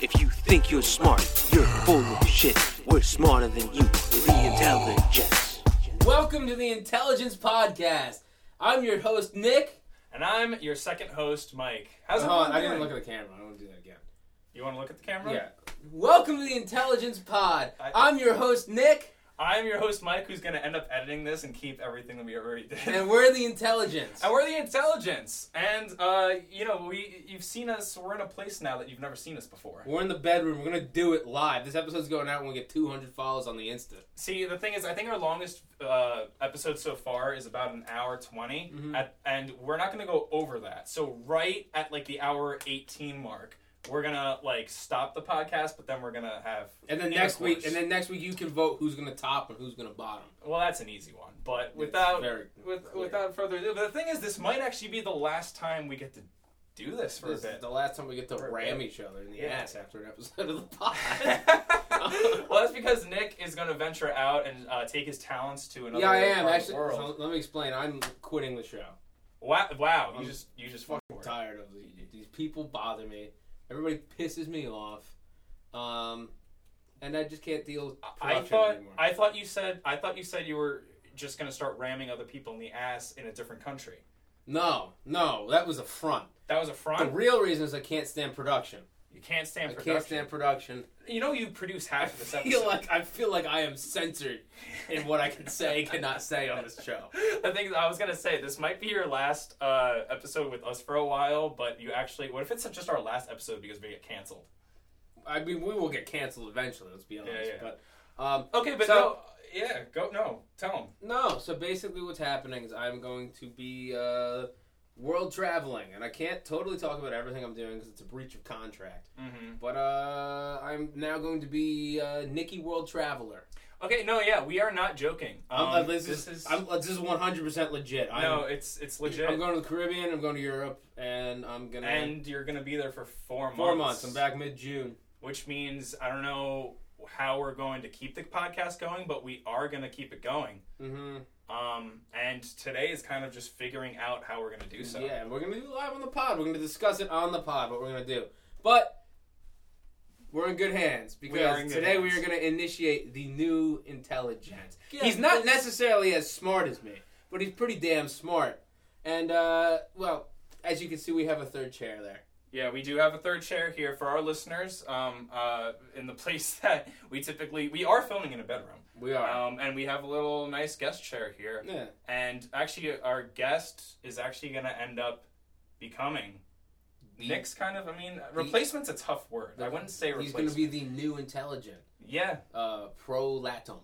think you're smart. You're full of shit. We're smarter than you. We're the intelligence. Welcome to the Intelligence Podcast. I'm your host, Nick. And I'm your second host, Mike. How's Hold on, Oh, everyone I didn't doing? look at the camera. I want to do that again. You want to look at the camera? Yeah. Welcome to the Intelligence Pod. I- I'm your host, Nick, I'm your host, Mike, who's going to end up editing this and keep everything that we already did. and we're the Intelligence. And we're the intelligence. And, uh, you know, we you've seen us. We're in a place now that you've never seen us before. We're in the bedroom. We're gonna do it live. This episode's going out when we get 200 follows on the Insta. See, the thing is, I think our longest uh, episode so far is about an hour 20. Mm-hmm. At, and we're not going to go over that. So, right at like the hour 18 mark, we're going to like stop the podcast, but then we're going to have. And then next week, and then next week you can vote who's gonna top and who's gonna bottom. Well, that's an easy one, but It's without very with, clear. without further ado, but the thing is, this might actually be the last time we get to do this for This a is bit. the last time we get to For a ram bit. each other in the Yeah. ass after an episode of the pod. well, that's because Nick is going to venture out and uh, take his talents to another yeah, I am part of actually. the world. so let me explain. I'm quitting the show. Wow! Wow! I'm you just you just fucking I'm tired of these, these people bother me. Everybody pisses me off, um, and I just can't deal with I production thought anymore. I thought you said I thought you said you were just going to start ramming other people in the ass in a different country. no, no, that was a front. That was a The front. real reason is I can't stand production. you can't stand I production. can't stand production. You know you produce half of this I episode. feel like I feel like I am censored in what I can say and cannot say on this show. The thing is, I was gonna say this might be your last uh, episode with us for a while, but you actually what if it's just our last episode because we get canceled? I mean, we will get canceled eventually. Let's be honest. Yeah, yeah. But um, Okay, but So- no, yeah, go no, tell them. No, so basically what's happening is I'm going to be uh, world traveling, and I can't totally talk about everything I'm doing because it's a breach of contract. Mm-hmm. But uh, I'm now going to be uh, Nikki World Traveler. Okay, no, yeah, we are not joking. Um, I'm, uh, this, is, I'm, uh, this is 100% legit. I'm, no, it's it's legit, I'm going to the Caribbean, I'm going to Europe, and I'm going to... and you're gonna be there for four months. Four months. I'm back mid-June. which means I don't know how we're going to keep the podcast going, but we are gonna keep it going. Mm-hmm. Um, and today is kind of just figuring out how we're gonna do so. Yeah, and we're gonna do live on the pod. We're gonna discuss it on the pod what we're gonna do. But we're in good hands because are in good today we hands. are gonna initiate the new intelligence. Yeah, he's not that's- necessarily as smart as me, but he's pretty damn smart. And uh, well, as you can see, we have a third chair there. Yeah, we do have a third chair here for our listeners. Um, uh, in the place that we typically we are filming in a bedroom. We are. Um, and we have a little nice guest chair here. yeah. And actually, our guest is actually going to end up becoming Nick's kind of. I mean, replacement's a tough word. I wouldn't say he's replacement. gonna be the new intelligent yeah, uh, prolatum.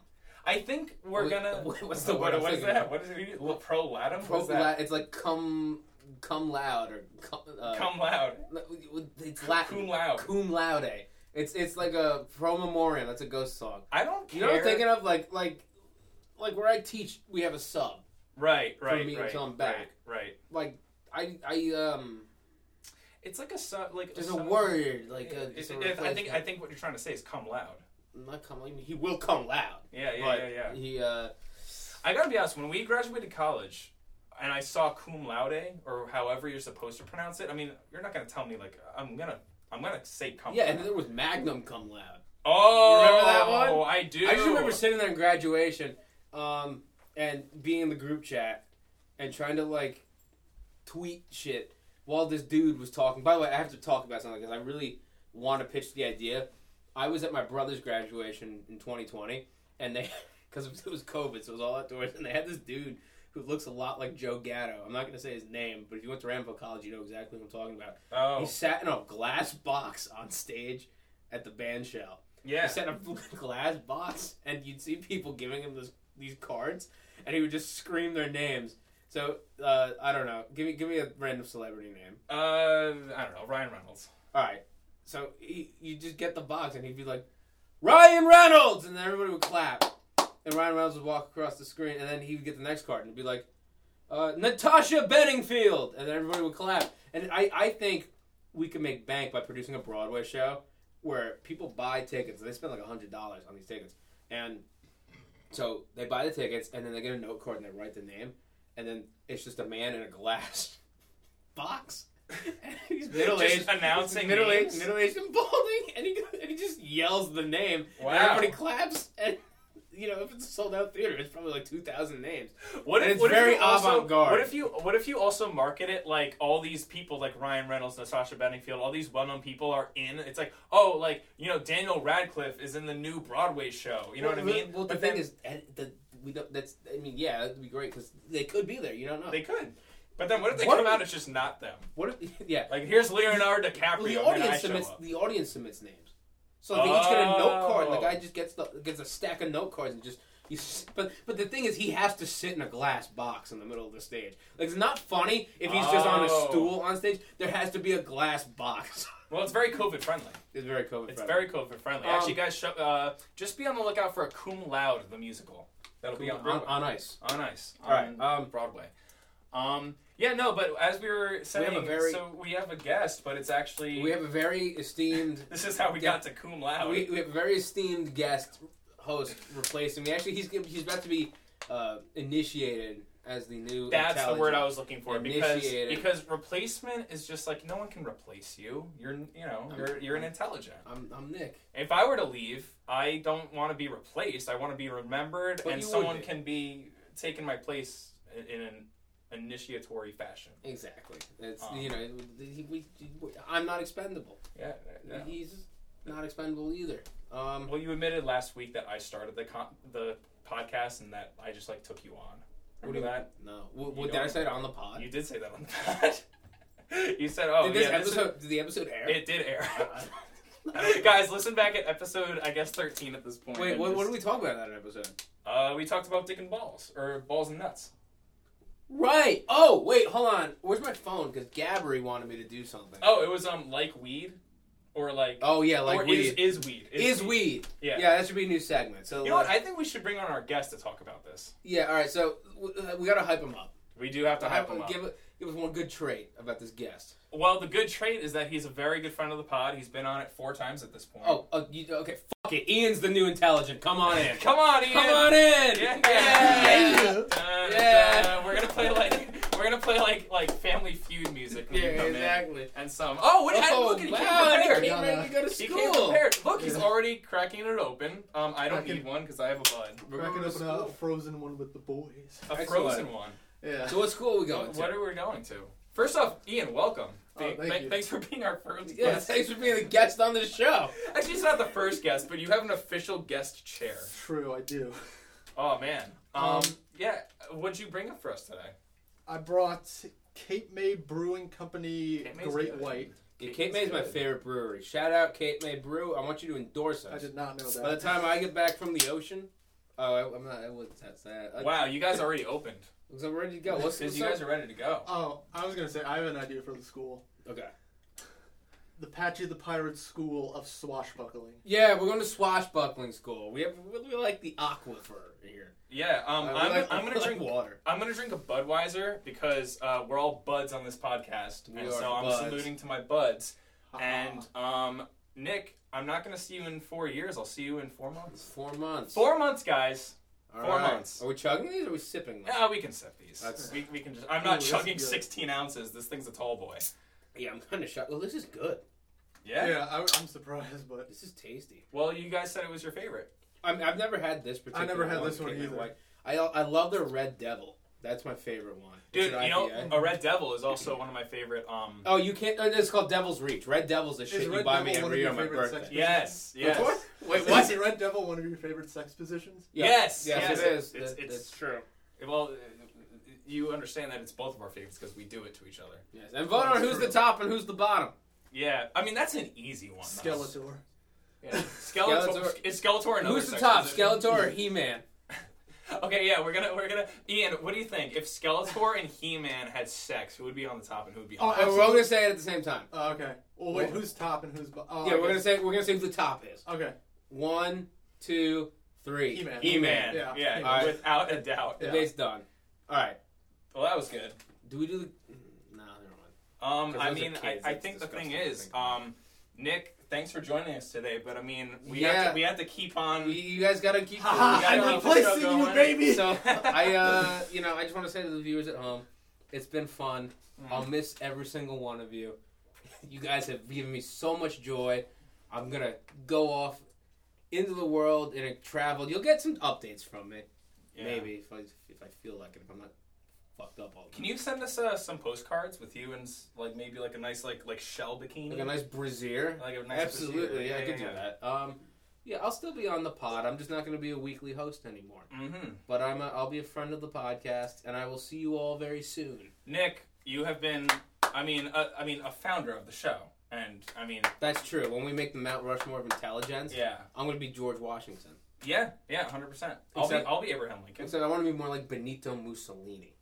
I think we're Wait, gonna. wait, what's the what, word I'm What is thinking that? of? What is it? Well, pro latum. What's Prola- that? it's like cum cum loud or cum. Uh, Cum loud. It's Latin. Cum loud. Cum laude. It's it's like a pro memoriam. That's a ghost song. I don't care. You know what I'm thinking of? Like like like where I teach, we have a sub. Right, right, me right. until I'm back. Right, right. Like I I um It's like a su- like there's a su- word like a. It- it's it- a it- I think I replacement. think what you're trying to say is come loud. not cum. I mean, he will come loud. Yeah, yeah, but yeah, yeah. He uh I gotta be honest. When we graduated college, and I saw cum laude or however you're supposed to pronounce it. I mean, you're not gonna tell me like I'm gonna I'm gonna say cum. yeah, and laude. then there was Magnum cum loud. oh, remember that one? I do. I just remember sitting there in graduation, um, and being in the group chat and trying to like tweet shit while this dude was talking. By the way, I have to talk about something because I really want to pitch the idea. I was at my brother's graduation in 2020, and they because it was COVID, so it was all outdoors, and they had this dude who looks a lot like Joe Gatto. I'm not going to say his name, but if you went to Rambo College, you know exactly what I'm talking about. He Oh, sat in a glass box on stage at the band shell. He yeah. sat in a blue glass box, and you'd see people giving him this, these cards, and he would just scream their names. So uh, I don't know. Give me give me a random celebrity name. Uh, I don't know. Ryan Reynolds. All right. So he, you just get the box, and he'd be like, Ryan Reynolds, and then everybody would clap, and Ryan Reynolds would walk across the screen, and then he would get the next card, and it'd be like, uh, Natasha Bedingfield, and then everybody would clap. And I I think we could make bank by producing a Broadway show where people buy tickets. They spend like hundred dollars on these tickets, and so they buy the tickets, and then they get a note card, and they write the name, and then it's just a man in a glass box he's middle aged, Just announcing middle aged, names? middle aged and balding, and he, and he just yells the name, Wow. and everybody claps. And you know, if it's a sold out theater, it's probably like two thousand names. What And if, it's what very if you also, avant-garde. What if you what if you also market it like all these people like Ryan Reynolds, Natasha Bedingfield, all these well known people are in. It's like oh like you know Daniel Radcliffe is in the new Broadway show. You know what I mean? Well, the But thing then is, eh, the, we don't. That's. I mean, yeah, it'd be great because they could be there. You don't know. they could. But then what if they What come if- out? It's just not them. what? If, yeah. Like here's Leonardo DiCaprio. Well, the and then I audience show submits. up. The audience submits names. So they each get a note card. and The Oh. guy just gets the, gets a stack of note cards and just. He's, s- but but the thing is, he has to sit in a glass box in the middle of the stage. Like it's not funny if he's just on a Oh. stool on stage. There has to be a glass box. Well, it's very COVID friendly. it's very COVID. It's very COVID friendly. Um, Actually, guys, sh- uh, just be on the lookout for a Cum Laude the musical. That'll be on, on Broadway. on ice. on ice. All right, on um, Broadway. Um, yeah, no, but as we were saying, a very- so we have a guest, but it's actually We have a very esteemed. this is how we got to cum laude. we, we have a very esteemed guest host replacing me. Actually, he's gonna- he's about to be uh, initiated as the new. That's the word intelligent- I was looking for because Initiated. because replacement is just like no one can replace you. You're you know you're you're an intelligent. I'm, I'm Nick. If I were to leave, I don't want to be replaced. I want to be remembered, But and you would someone be. can be taking my place in- in an initiatory fashion. Exactly. It's Um, you know he, we, I'm not expendable. Yeah. yeah. He's not expendable either. Um, Well, you admitted last week that I started the con- the podcast and that I just like took you on. what do Remember you- that? No. What, what You did I don't- say it on the pod? You did say that on the pod. you said, "Oh, did this yeah, this is- episode? did the episode air? it did air." Guys, listen back at episode, I guess, thirteen at this point. Wait, and what, what just- did we talk about in that episode? Uh, we talked about dick and balls or balls and nuts. Right. Oh, wait, hold on. Where's my phone? Because Gabri wanted me to do something. Oh, Oh, it was um like weed, or like yeah, like or weed. is is weed Is, weed. Yeah. Yeah, that should be a new segment. So You know what? like- I think we should bring on our guest to talk about this. yeah, all right. So w- uh, we gotta hype him up. We do have to hype him up. give it. Give us one good trait about this guest. Well, the good trait is that he's a very good friend of the pod. He's been on it four times at this point. Oh, oh you, okay. Fuck it. Ian's the new intelligent. Come on in. Come on, Ian. Come on in. Yeah. Yeah. Uh, Yeah. uh, we're gonna play like we're gonna play like like Family Feud music when Yeah, you come in. exactly. And some. Oh, what, oh, look at he wow, came he prepared. came ready to go to He school. came prepared. Look, he's Yeah. already cracking it open. Um, I don't Cracking- need one because I have a bud. We're Cracking going to open a school. frozen one with the boys. A Excellent. frozen one. Yeah. So what school are we going What, to? what are we going to? First off, Ian, welcome. Oh, Th- thank th- you. Thanks for being our first yeah, guest. thanks for being a guest on this show. Actually, it's not the first guest, but you have an official guest chair. True, I do. Oh man. Um, Um, yeah. What'd you bring up for us today? I brought Cape May Brewing Company Cape May's Great good. White. Yeah, Cape Cape May's May's my good. favorite brewery. Shout out Cape May Brew. I want you to endorse I us. did not know By the that. time I get back from the ocean, oh, I, I'm not. I wouldn't touch that. I, Wow, you guys already opened. So we're ready to go. What's, Because what's you guys up? are ready to go. Oh, I was gonna say I have an idea for the school. Okay. The Patchy the Pirate School of Swashbuckling. Yeah, we're going to swashbuckling school. We have we, we like the aquifer here. Yeah. Um, Uh, we I'm, like- I'm we gonna like drink. water. I'm gonna drink a Budweiser because uh, we're all buds on this podcast, We and are so I'm buds. Uh-huh. saluting to my buds. Haha. And um, Nick, I'm not gonna see you in four years. I'll see you in four months. Four months. Four months, guys. All four right. months. Are we chugging these? or Are we sipping them? Yeah, we can sip these. That's- We, we can just. I'm Ooh, not this is chugging good. 16 ounces. This thing's a tall boy. Yeah, I'm kind of shocked. Well, this is good. Yeah. Yeah, I, I'm surprised, but This is tasty. Well, you guys said it was your favorite. I mean, I've never had this particular. never had one, this one Cape May either. White. I I love their Red Devil. That's my favorite one. It's Dude, an you know, IPA. a Red Devil is also one of my favorite. Um, Oh, you can't. uh, It's called Devil's Reach. Red Devil's the shit you Red buy me Devil one every year of your on my favorite birthday. sex yes, yes. Of course. Wait, Is what? the Red Devil one of your favorite sex positions? Yeah. Yes, yes, it yes, is. it's- That- it's- that's true. Well, uh, you understand that it's both of our favorites because we do it to each other. Yes. And vote on That's who's true. the top and who's the bottom. Yeah, I mean that's an easy one. though. Skeletor. Yeah. Skeletor. Skeletor. Is Skeletor another? who's the sex top, position? Skeletor or He-Man? Okay, yeah, we're gonna we're gonna Ian. What do you think if Skeletor and He Man had sex? Who would be on the top and who would be on? Oh, the And bottom? we're all gonna say it at the same time. Oh, okay. Well, wait, who's top and who's bo- oh, yeah, okay. we're gonna say we're gonna say who the top is. Okay. One, two, three. He-Man. He-Man, Yeah. yeah, Alright. without a doubt. The Yeah. Debate's done. All right. Well, that was good. Do we do the? No, never mind. Um, 'Cause I those are mean, I, kids, I it's think the thing disgusting to is, think about. um, Nick, thanks for joining us today. But I mean, we have Yeah. to, we have to keep on. You, you guys gotta keep. Haha, you gotta I'm keep- replacing you, baby! So I, uh, you know, I just want to say to the viewers at home, It's been fun. Mm-hmm. I'll miss every single one of you. You guys have given me so much joy. I'm gonna go off into the world and travel. You'll get some updates from me, Yeah. maybe if I if I feel like it. If I'm not fucked up all the Can you send us uh, some postcards with you and s- like maybe like a nice like like shell bikini? Like a nice brassiere. Like a nice Absolutely, brassiere. yeah, I Yeah, could yeah, do yeah. that. Um, yeah, I'll still be on the pod. I'm just not going to be a weekly host anymore. mm-hmm. But I'm a, I'll be a friend of the podcast, and I will see you all very soon. Nick, you have been. I mean, uh, I mean, a founder of the show, and I mean, That's true. When we make the Mount Rushmore of intelligence, yeah, I'm going to be George Washington. yeah, yeah, hundred percent. I'll be, Except- I'll be Abraham Lincoln. Except I want to be more like Benito Mussolini.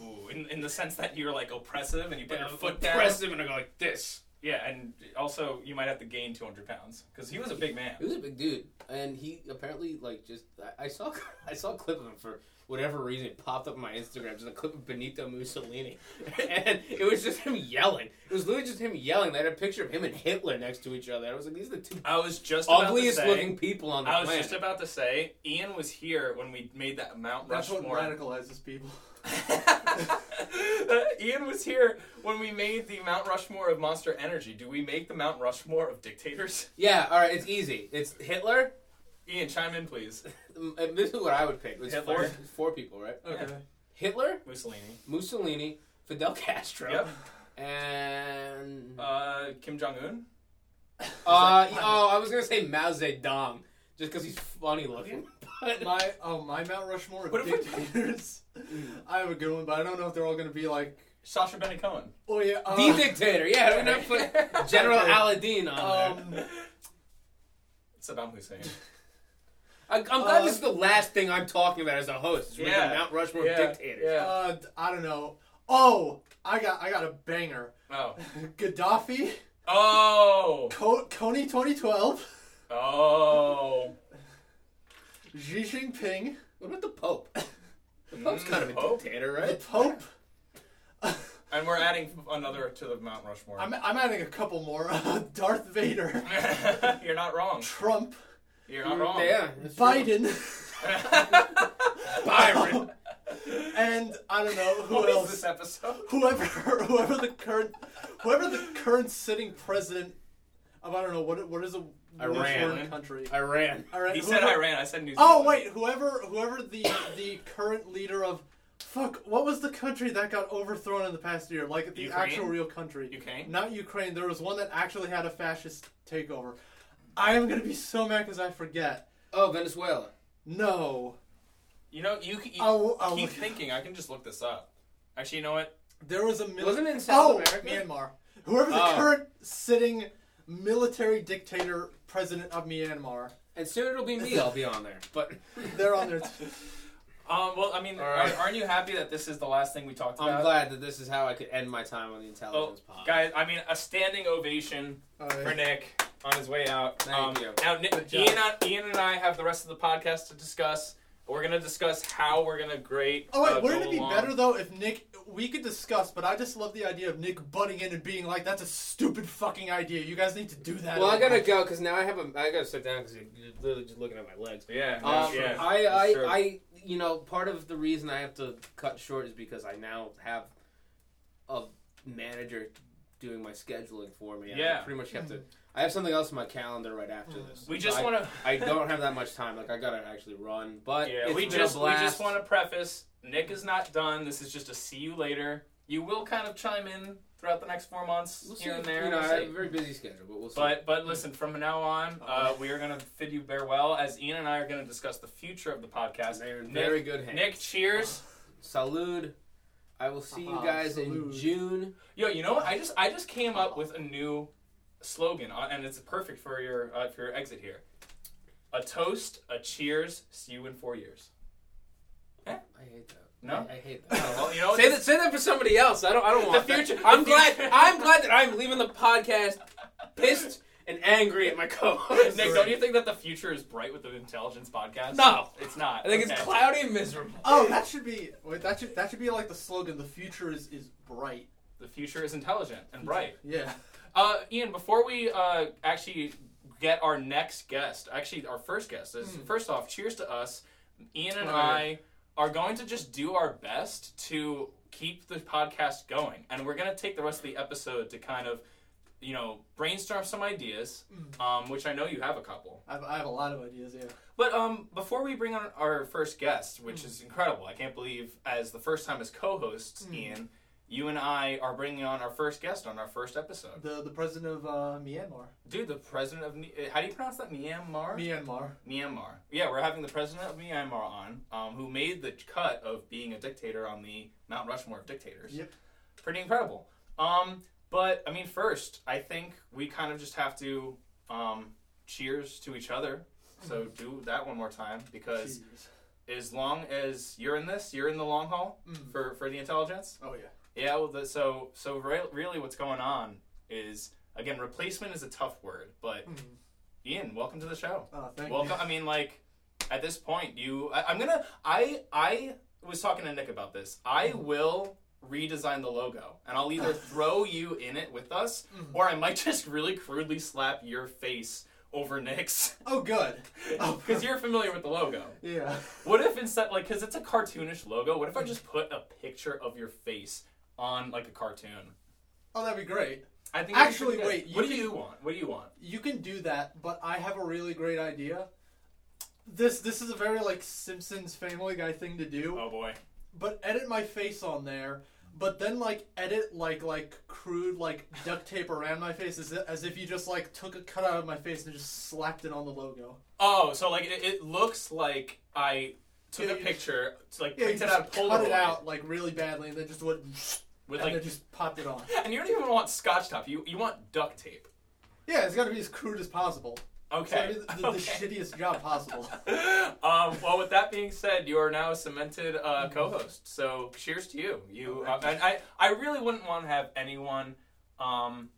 Ooh, in, in the sense that you're like oppressive and you put your foot down. Press him and I go like this. Yeah, and also you might have to gain 200 pounds because he was a big man. He was a big dude, and he apparently like just I, I saw I saw a clip of him for whatever reason it popped up on my Instagram just a clip of Benito Mussolini, and it was just him yelling. It was literally just him yelling. They had a picture of him and Hitler next to each other. I was like, these are the two I was just about to ugliest say- looking people on the I was planet. just about to say, Ian was here when we made that Mount That's what Rushmore. radicalizes people. Ian was here when we made the Mount Rushmore of Monster Energy. Do we make the Mount Rushmore of dictators? yeah, all right, it's easy. It's Hitler. Ian, chime in, please. Mm, and This is what I would pick. It's Hitler. Oh, Four, four people, right? Okay. Hitler, Mussolini. Mussolini, Fidel Castro, Yep. and Uh, Kim Jong Un. Uh, oh, I was gonna say Mao Zedong, just because he's funny looking. But My oh my Mount Rushmore What of if we- dictators. I have a good one, but I don't know if they're all going to be like. Sasha Baron Cohen. Oh yeah. Uh, the dictator, yeah, we're gonna put General Okay. Aladdin on Um, there. Saddam Hussein. I, I'm glad uh, this is the last thing I'm talking about as a host. Is we're Yeah. the Mount Rushmore Yeah, dictator. yeah. uh, I don't know. Oh, I got I got a banger. Oh. Gaddafi, Oh. Co- Coney 2012, Oh. Xi Jinping, Mm, What about the Pope? The Pope's kind of a Pope? dictator, the right? Pope. And we're adding another to the Mount Rushmore. I'm, I'm adding a couple more. Darth Vader, You're not wrong. Trump, You're not wrong. Yeah, that's true. Biden, Byron. and I don't know who What is else. this episode? Whoever whoever the current whoever the current sitting president of I don't know what what is a Iran. foreign country. Iran. Iran. He said whoever- Iran. I said New Zealand. Oh wait, whoever whoever the the current leader of fuck what was the country that got overthrown in the past year? Like the Ukraine? actual real country. Ukraine? Not Ukraine. There was one that actually had a fascist takeover. I am gonna be so mad because I forget. Oh, Venezuela. No, You know, you, c- you I'll- I'll keep look- thinking. I can just look this up. Actually, you know what? there was a mil- Wasn't it in South oh, America? Myanmar. Whoever the Oh. current sitting military dictator president of Myanmar, And soon it'll be me. I'll be on there. But they're on their. T- Um, well, I mean, All right. aren't- aren't you happy that this is the last thing we talked about? I'm glad that this is how I could end my time on the Oh, intelligence pod. guys, I mean, a standing ovation Oh, for Nick on his way out. Thank um, you. Now, Nick, Good job. Ian, and- Ian and I have the rest of the podcast to discuss. We're going to discuss how we're going to grade. Oh wait, uh, wouldn't go it be along. better though if Nick? We could discuss, but I just love the idea of Nick butting in and being like, "That's a stupid fucking idea. You guys need to do that." Well, I gotta Like, go because now I have a. I gotta sit down because you're literally just looking at my legs. Yeah. Um, yeah. I, that's I, true. I, you know, part of the reason I have to cut short is because I now have a manager doing my scheduling for me. I Yeah. pretty much have to. I have something else in my calendar right after this. we just I- want to. I don't have that much time. Like I gotta actually run, but Yeah, it's we been just a we blast. just want to preface. Nick is not done. This is just a see you later. You will kind of chime in throughout the next four months We'll see. here and there. You know, We'll I see. have a very busy schedule, but we'll see. But but listen, from now on, uh, we are going to bid you farewell as Ian and I are going to discuss the future of the podcast. they're in Nick, very good hands. Nick, cheers. salud. I will see you Ah, guys in salud. June. Yo, you know what? I just I just came up with a new slogan, uh, and it's perfect for your uh, for your exit here. A toast, a cheers. See you in four years. I hate that. No? I, I hate that. Oh, Well, you know what? Say that, say that for somebody else. I don't. I don't want The that. future- I'm the glad. future- I'm glad that I'm leaving the podcast pissed and angry at my co-host. Nick, don't you think that the future is bright with the intelligence podcast? No. it's not. I think it's Okay. cloudy and miserable. Oh, that should be. Wait, that should that should be like the slogan. The future is is bright. The future is intelligent and bright. Yeah. Uh, Ian, before we uh, actually get our next guest, actually our first guest is first off, cheers to us. Ian and Hmm. Alright. I are going to just do our best to keep the podcast going. And we're gonna take the rest of the episode to kind of, you know, brainstorm some ideas, Hmm. um, which I know you have a couple. I have, I have a lot of ideas, yeah. But um, before we bring on our first guest, which is incredible, I can't believe as the first time as co-hosts, Ian, you and I are bringing on our first guest on our first episode. The the president of uh, Myanmar. Dude, the president of Ni- uh, how do you pronounce that? Myanmar. Myanmar. Myanmar. Yeah, we're having the president of Myanmar on, um, who made the cut of being a dictator on the Mount Rushmore of dictators. Yep. Pretty incredible. Um, but I mean, first, I think we kind of just have to um, cheers to each other. So do that one more time because Jeez. as long as you're in this, you're in the long haul Mm. for, for the intelligence. Oh yeah. Yeah, well, the, so so re- really, what's going on is again, replacement is a tough word, but Mm. Ian, welcome to the show. Oh, thank Welcome. I mean, like at this point, you. I, I'm gonna. I I was talking to Nick about this. I will redesign the logo, and I'll either throw you in it with us, or I might just really crudely slap your face over Nick's you. Oh, good. Oh, because you're familiar with the logo. yeah. What if instead, like, because it's a cartoonish logo, what if I just put a picture of your face on like a cartoon? Oh, that'd be great. I think that'd be Actually, pretty good. wait, you What do can- you want? What do you want? You can do that, but I have a really great idea. This this is a very like Simpsons Family Guy thing to do. Oh boy. But edit my face on there. But then like edit like like crude like duct tape around my face as, i- as if you just like took a cut out of my face and just slapped it on the logo. Oh, so like it, it looks like I took Yeah, a you- picture, it's like Yeah, you printed just out, cut pulled it out like really badly and then just would with and like, then just popped it on. and you don't even want scotch tape. You you want duct tape. Yeah, it's got to be as crude as possible. It's gotta Okay. be the, the, the okay. shittiest job possible. um, well, with that being said, you are now a cemented uh, co-host. So, cheers to you. You uh, and I. I really wouldn't want to have anyone. Um,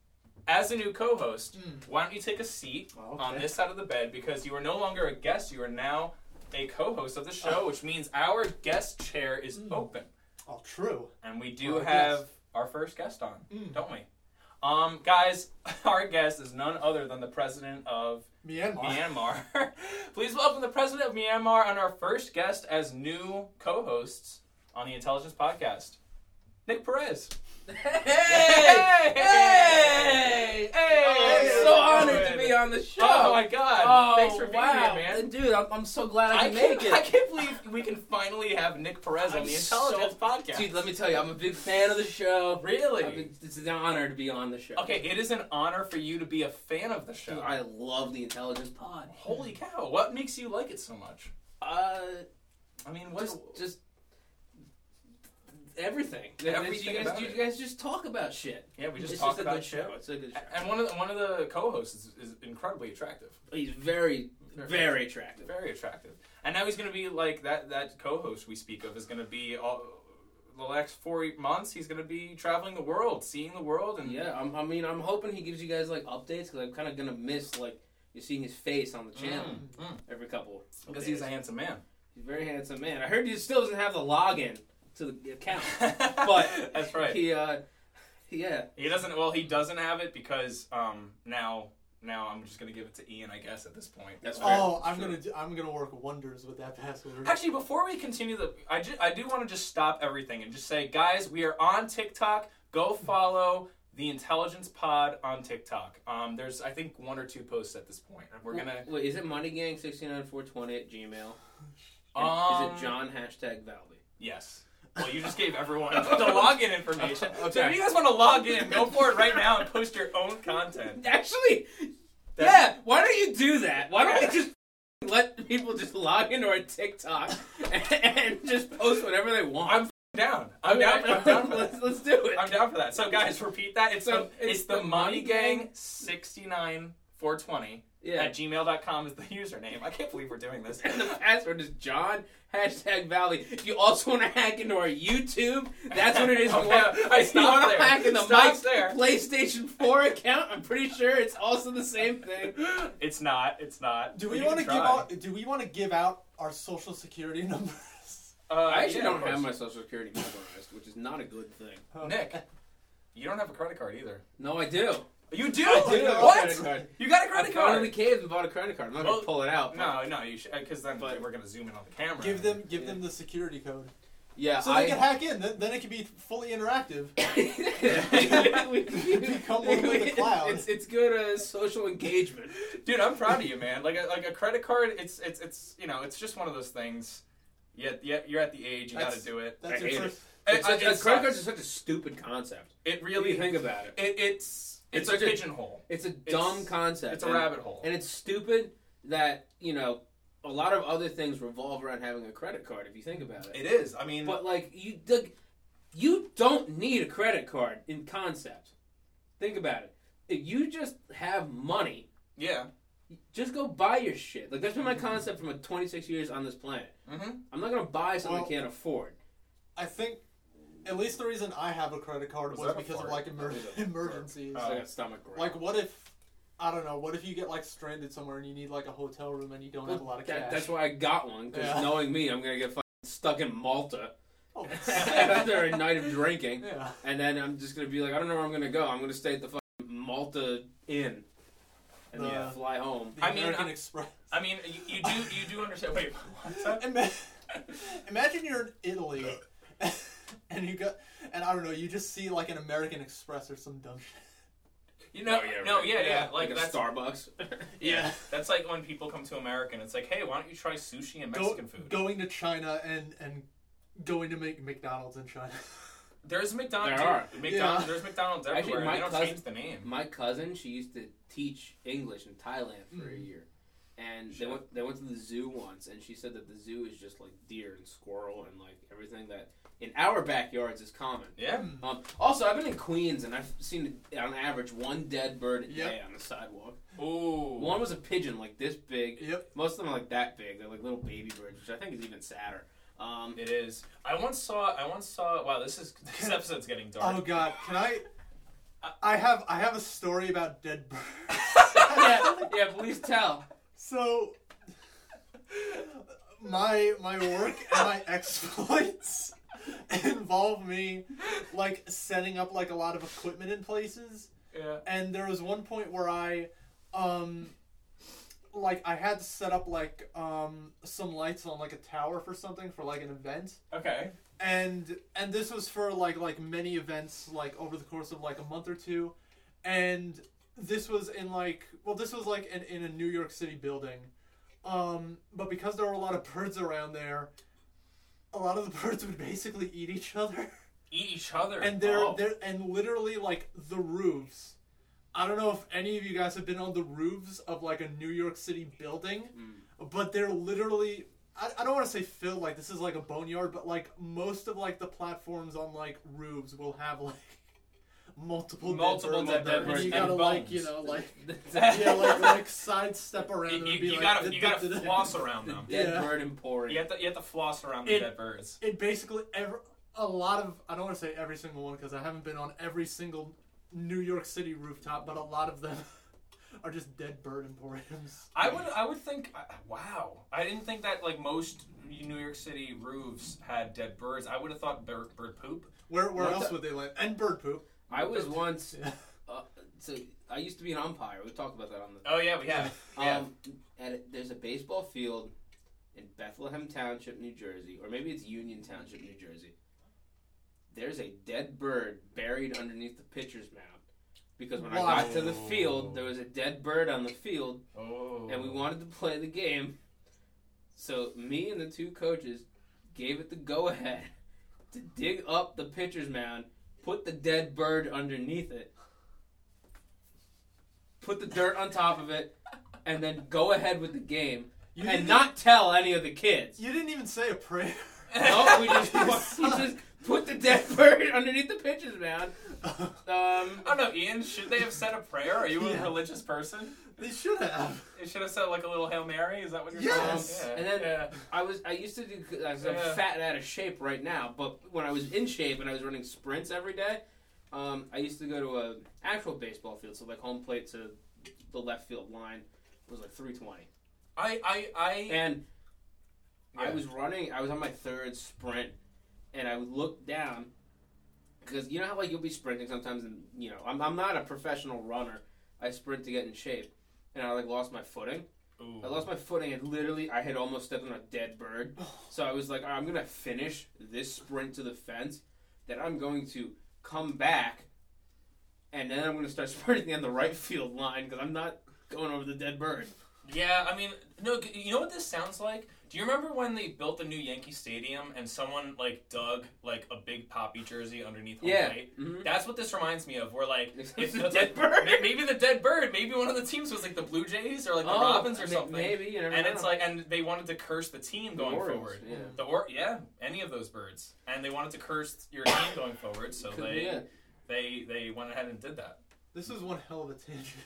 as a new co-host, why don't you take a seat Oh, okay. on this side of the bed because you are no longer a guest. You are now a co-host of the show, which means our guest chair is open. Oh, true. And we do Our have guest. our first guest on, don't we? Um, guys, our guest is none other than the president of Myanmar. Myanmar. Please welcome the president of Myanmar and our first guest as new co-hosts on the Intelligence Podcast, Nick Perez. Hey! Hey! Hey! I'm Hey! so honored to be on the show. Oh my God! Oh, Thanks for being wow. here, man. Dude, I'm, I'm so glad I I could make can't, it. I can't believe we can finally have Nick Perez I'm on the so- Intelligence Podcast. Dude, let me tell you, I'm a big fan of the show. really? I've been- it's an honor to be on the show. Okay, it is an honor for you to be a fan of the show. Dude, I love the Intelligence Pod. Holy cow! What makes you like it so much? Uh, I mean, what? just, just everything. Everything you, guys, about you it. guys just talk about shit. yeah, we just it's just talked a about good show. shit. It's a good show. And one of the, one of the co-hosts is, is incredibly attractive, He's very, very attractive. very attractive. And now he's going to be like that. That co-host we speak of is going to be all the next four months. He's going to be traveling the world, seeing the world, and Yeah, I'm, I mean, I'm hoping he gives you guys like updates because I'm kind of gonna miss like you seeing his face on the channel Mm, mm. every couple. of because he's days. a handsome man. He's a very handsome man. I heard he still doesn't have the login to the account, but but that's right. He, uh, yeah, He doesn't. Well, he doesn't have it because um now now I'm just gonna give it to Ian, I guess. At this point, That's fair. Oh, It's I'm true. gonna do, I'm gonna work wonders with that password. Actually, before we continue, the I, ju- I do want to just stop everything and just say, guys, we are on TikTok. Go follow the Intelligence Pod on TikTok. Um, there's I think one or two posts at this point, and we're gonna. Wait, is it moneygang sixty nine four twenty at Gmail? And Um, is it John hashtag Valby? Yes. Well, you just gave everyone the login information. So Okay. if you guys want to log in, go for it right now and post your own content. Actually, That's- yeah. Why don't you do that? Why don't we just let people just log into our TikTok and, just post whatever they want? I'm down. I'm down. I'm down for that. let's, let's do it. I'm down for that. So guys, repeat that. It's So, the, it's, the, Money Gang sixty nine four twenty Yeah. at gmail.com is the username. I can't believe we're doing this. And the password is John hashtag Valley. If you also want to hack into our YouTube, that's what it is. Okay, you want, I you stopped want there. to hack in the Stop Mike's there. PlayStation 4 account, I'm pretty sure it's also the same thing. It's not. It's not. do But we you want to can give try. out? Do we want to give out our social security numbers? Uh, I actually yeah, of don't have course. my social security memorized, which is not a good thing. Nick, you don't have a credit card either. No, I do. You do. Oh, do have a What? credit card. You got a I credit found in the card? cave and bought a credit card. I'm not gonna Well, pull it out. but- No, no, you should because then But- we're gonna zoom in on the camera. Give them give Yeah. them the security code. Yeah, So I, they can hack in. Then, then it can be fully interactive. Become one with the cloud. It's, it's good uh, social engagement. Dude, I'm proud of you, man. Like a, like a credit card, it's it's it's you know, it's just one of those things. Yet, yet you're at the age you got That's- to do it. That's I hate your first. It- It's such- it uh, credit cards are sucks. such a stupid concept. It Really really think about it. It, it's It's it's, such a a- pigeonhole. It's a dumb concept. It's a and- rabbit hole. and it's stupid that you know a lot of other things revolve around having a credit card. If you think about it, it is. I mean, but like you, like, you don't need a credit card in concept. Think about it. If you just have money, yeah. just go buy your shit. Like that's been my concept from like 26 years on this planet. Mhm. I'm not gonna buy something Well- I can't afford. I think at least the reason I have a credit card Was was, that a because of fart? like That emer- was a fart. emergencies. So I Oh. got stomach growl. Like what if I don't know? What if you get like stranded somewhere and you need like a hotel room and you don't have a lot of That- cash? that's why I got one because Yeah. knowing me, I'm gonna get fucking stuck in Malta oh, after a night of drinking, yeah. and then I'm just gonna be like, I don't know where I'm gonna go. I'm gonna stay at the fucking Malta Inn and then The- fly home. The I mean, American I- Express. I mean, you, you do you do understand? Wait, what's that? Ima- Imagine you're in Italy and you got and I don't know, you just see like an American Express or some dumb shit. You know, Oh, yeah, no, right. yeah, yeah, Yeah. Like, a that's Starbucks. yeah, that's like when people come to America and it's like, hey, why don't you try sushi and Go, Mexican food? going to China and and going to make McDonald's in China. There's McDonald's. There are. McDonald's. Yeah. There's McDonald's Actually, everywhere. and my they don't cousin- change the name. My cousin, she used to teach English in Thailand for Mm. a year, and they Sure. went they went to the zoo once, and she said that the zoo is just like deer and squirrel and like everything that in our backyards is common. Yeah. Um, also, I've been in Queens and I've seen on average one dead bird a Yep. day on the sidewalk. Ooh. One was a pigeon like this big. Yep. Most of them are like that big. They're like little baby birds, which I think is even sadder. Um, It is. I once saw. I once saw. Wow, this is this episode's getting dark. Oh god, can I I have I have a story about dead birds. yeah, yeah, please tell. So my my work and my exploits involve me like setting up like a lot of equipment in places yeah. and there was one point where I, um, like I had to set up like um some lights on like a tower for something for like an event, Okay. and and this was for like like many events like over the course of like a month or two, and this was in like well this was like in, in a New York City building, um, but because there were a lot of birds around there, a lot of the birds would basically eat each other Eat each other. and they're Oh. they're and literally like the roofs. I don't know if any of you guys have been on the roofs of like a New York City building, Mm. but they're literally. I, I don't want to say filled like this is like a boneyard, but like most of like the platforms on like roofs will have like multiple dead Multiple birds dead on there, birds and you and gotta like you bones. know like yeah yeah, like like sidestep around You, them you- and be you like gotta you gotta "Da-da-da-da." floss around them. dead Yeah. bird emporium. You have to you have to floss around the It- dead birds. it basically every, a lot of I don't want to say every single one because I haven't been on every single New York City rooftop, but a lot of them are just dead bird emporiums. I would I would think I- wow I didn't think that like most New York City roofs had dead birds I would have thought bird, bird poop Where where What else the- would they land? And bird poop. I was once. Yeah. Uh, so I used to be an umpire. We talked about that on the. oh yeah we have yeah Um, at a, there's a baseball field in Bethlehem Township, New Jersey, or maybe it's Union Township, New Jersey. There's a dead bird buried underneath the pitcher's mound. Because when I got to the Whoa. field, there was a dead bird on the field, oh and we wanted to play the game. So me and the two coaches gave it the go ahead to dig up the pitcher's mound, put the dead bird underneath it, put the dirt on top of it, and then go ahead with the game You and didn't, not tell any of the kids. you didn't even say a prayer. No, we just, we just put the dead bird underneath the pitcher's mound. Um, I don't know Oh, Ian should they have said a prayer are you a Yeah. religious person they should have. it should have said like a little hail mary is that what you're Yes. saying And then- I was I used to do I was, I'm Yeah. fat and out of shape right now, but when I was in shape and I was running sprints every day, um, I used to go to a actual baseball field, so like home plate to the left field line was like 320, I I I and I Yeah. was running. I was on my third sprint, and I would look down because you know how like you'll be sprinting sometimes, and you know I'm I'm not a professional runner. I sprint to get in shape, and I like lost my footing. Ooh. I lost my footing and literally I had almost stepped on a dead bird. So I was like, "All right, I'm gonna finish this sprint to the fence, then I'm going to come back, and then I'm gonna start sprinting on the right field line because I'm not going over the dead bird. Oh, Yeah, I mean, no, g- you know what this sounds like? Do you remember when they built the new Yankee Stadium and someone like dug like a big poppy jersey underneath home Yeah. plate? Mhm. That's what this reminds me of. Where like It's if the like, dead bird. may- maybe the dead bird, maybe one of the teams was like the Blue Jays or like the Robins or Oh, may- something. Maybe you never And know. it's like, and they wanted to curse the team The going Orioles, forward. Yeah. The or yeah, any of those birds, and they wanted to curse your team going forward, so Could be they it. they they went ahead and did that. This is one hell of a tangent.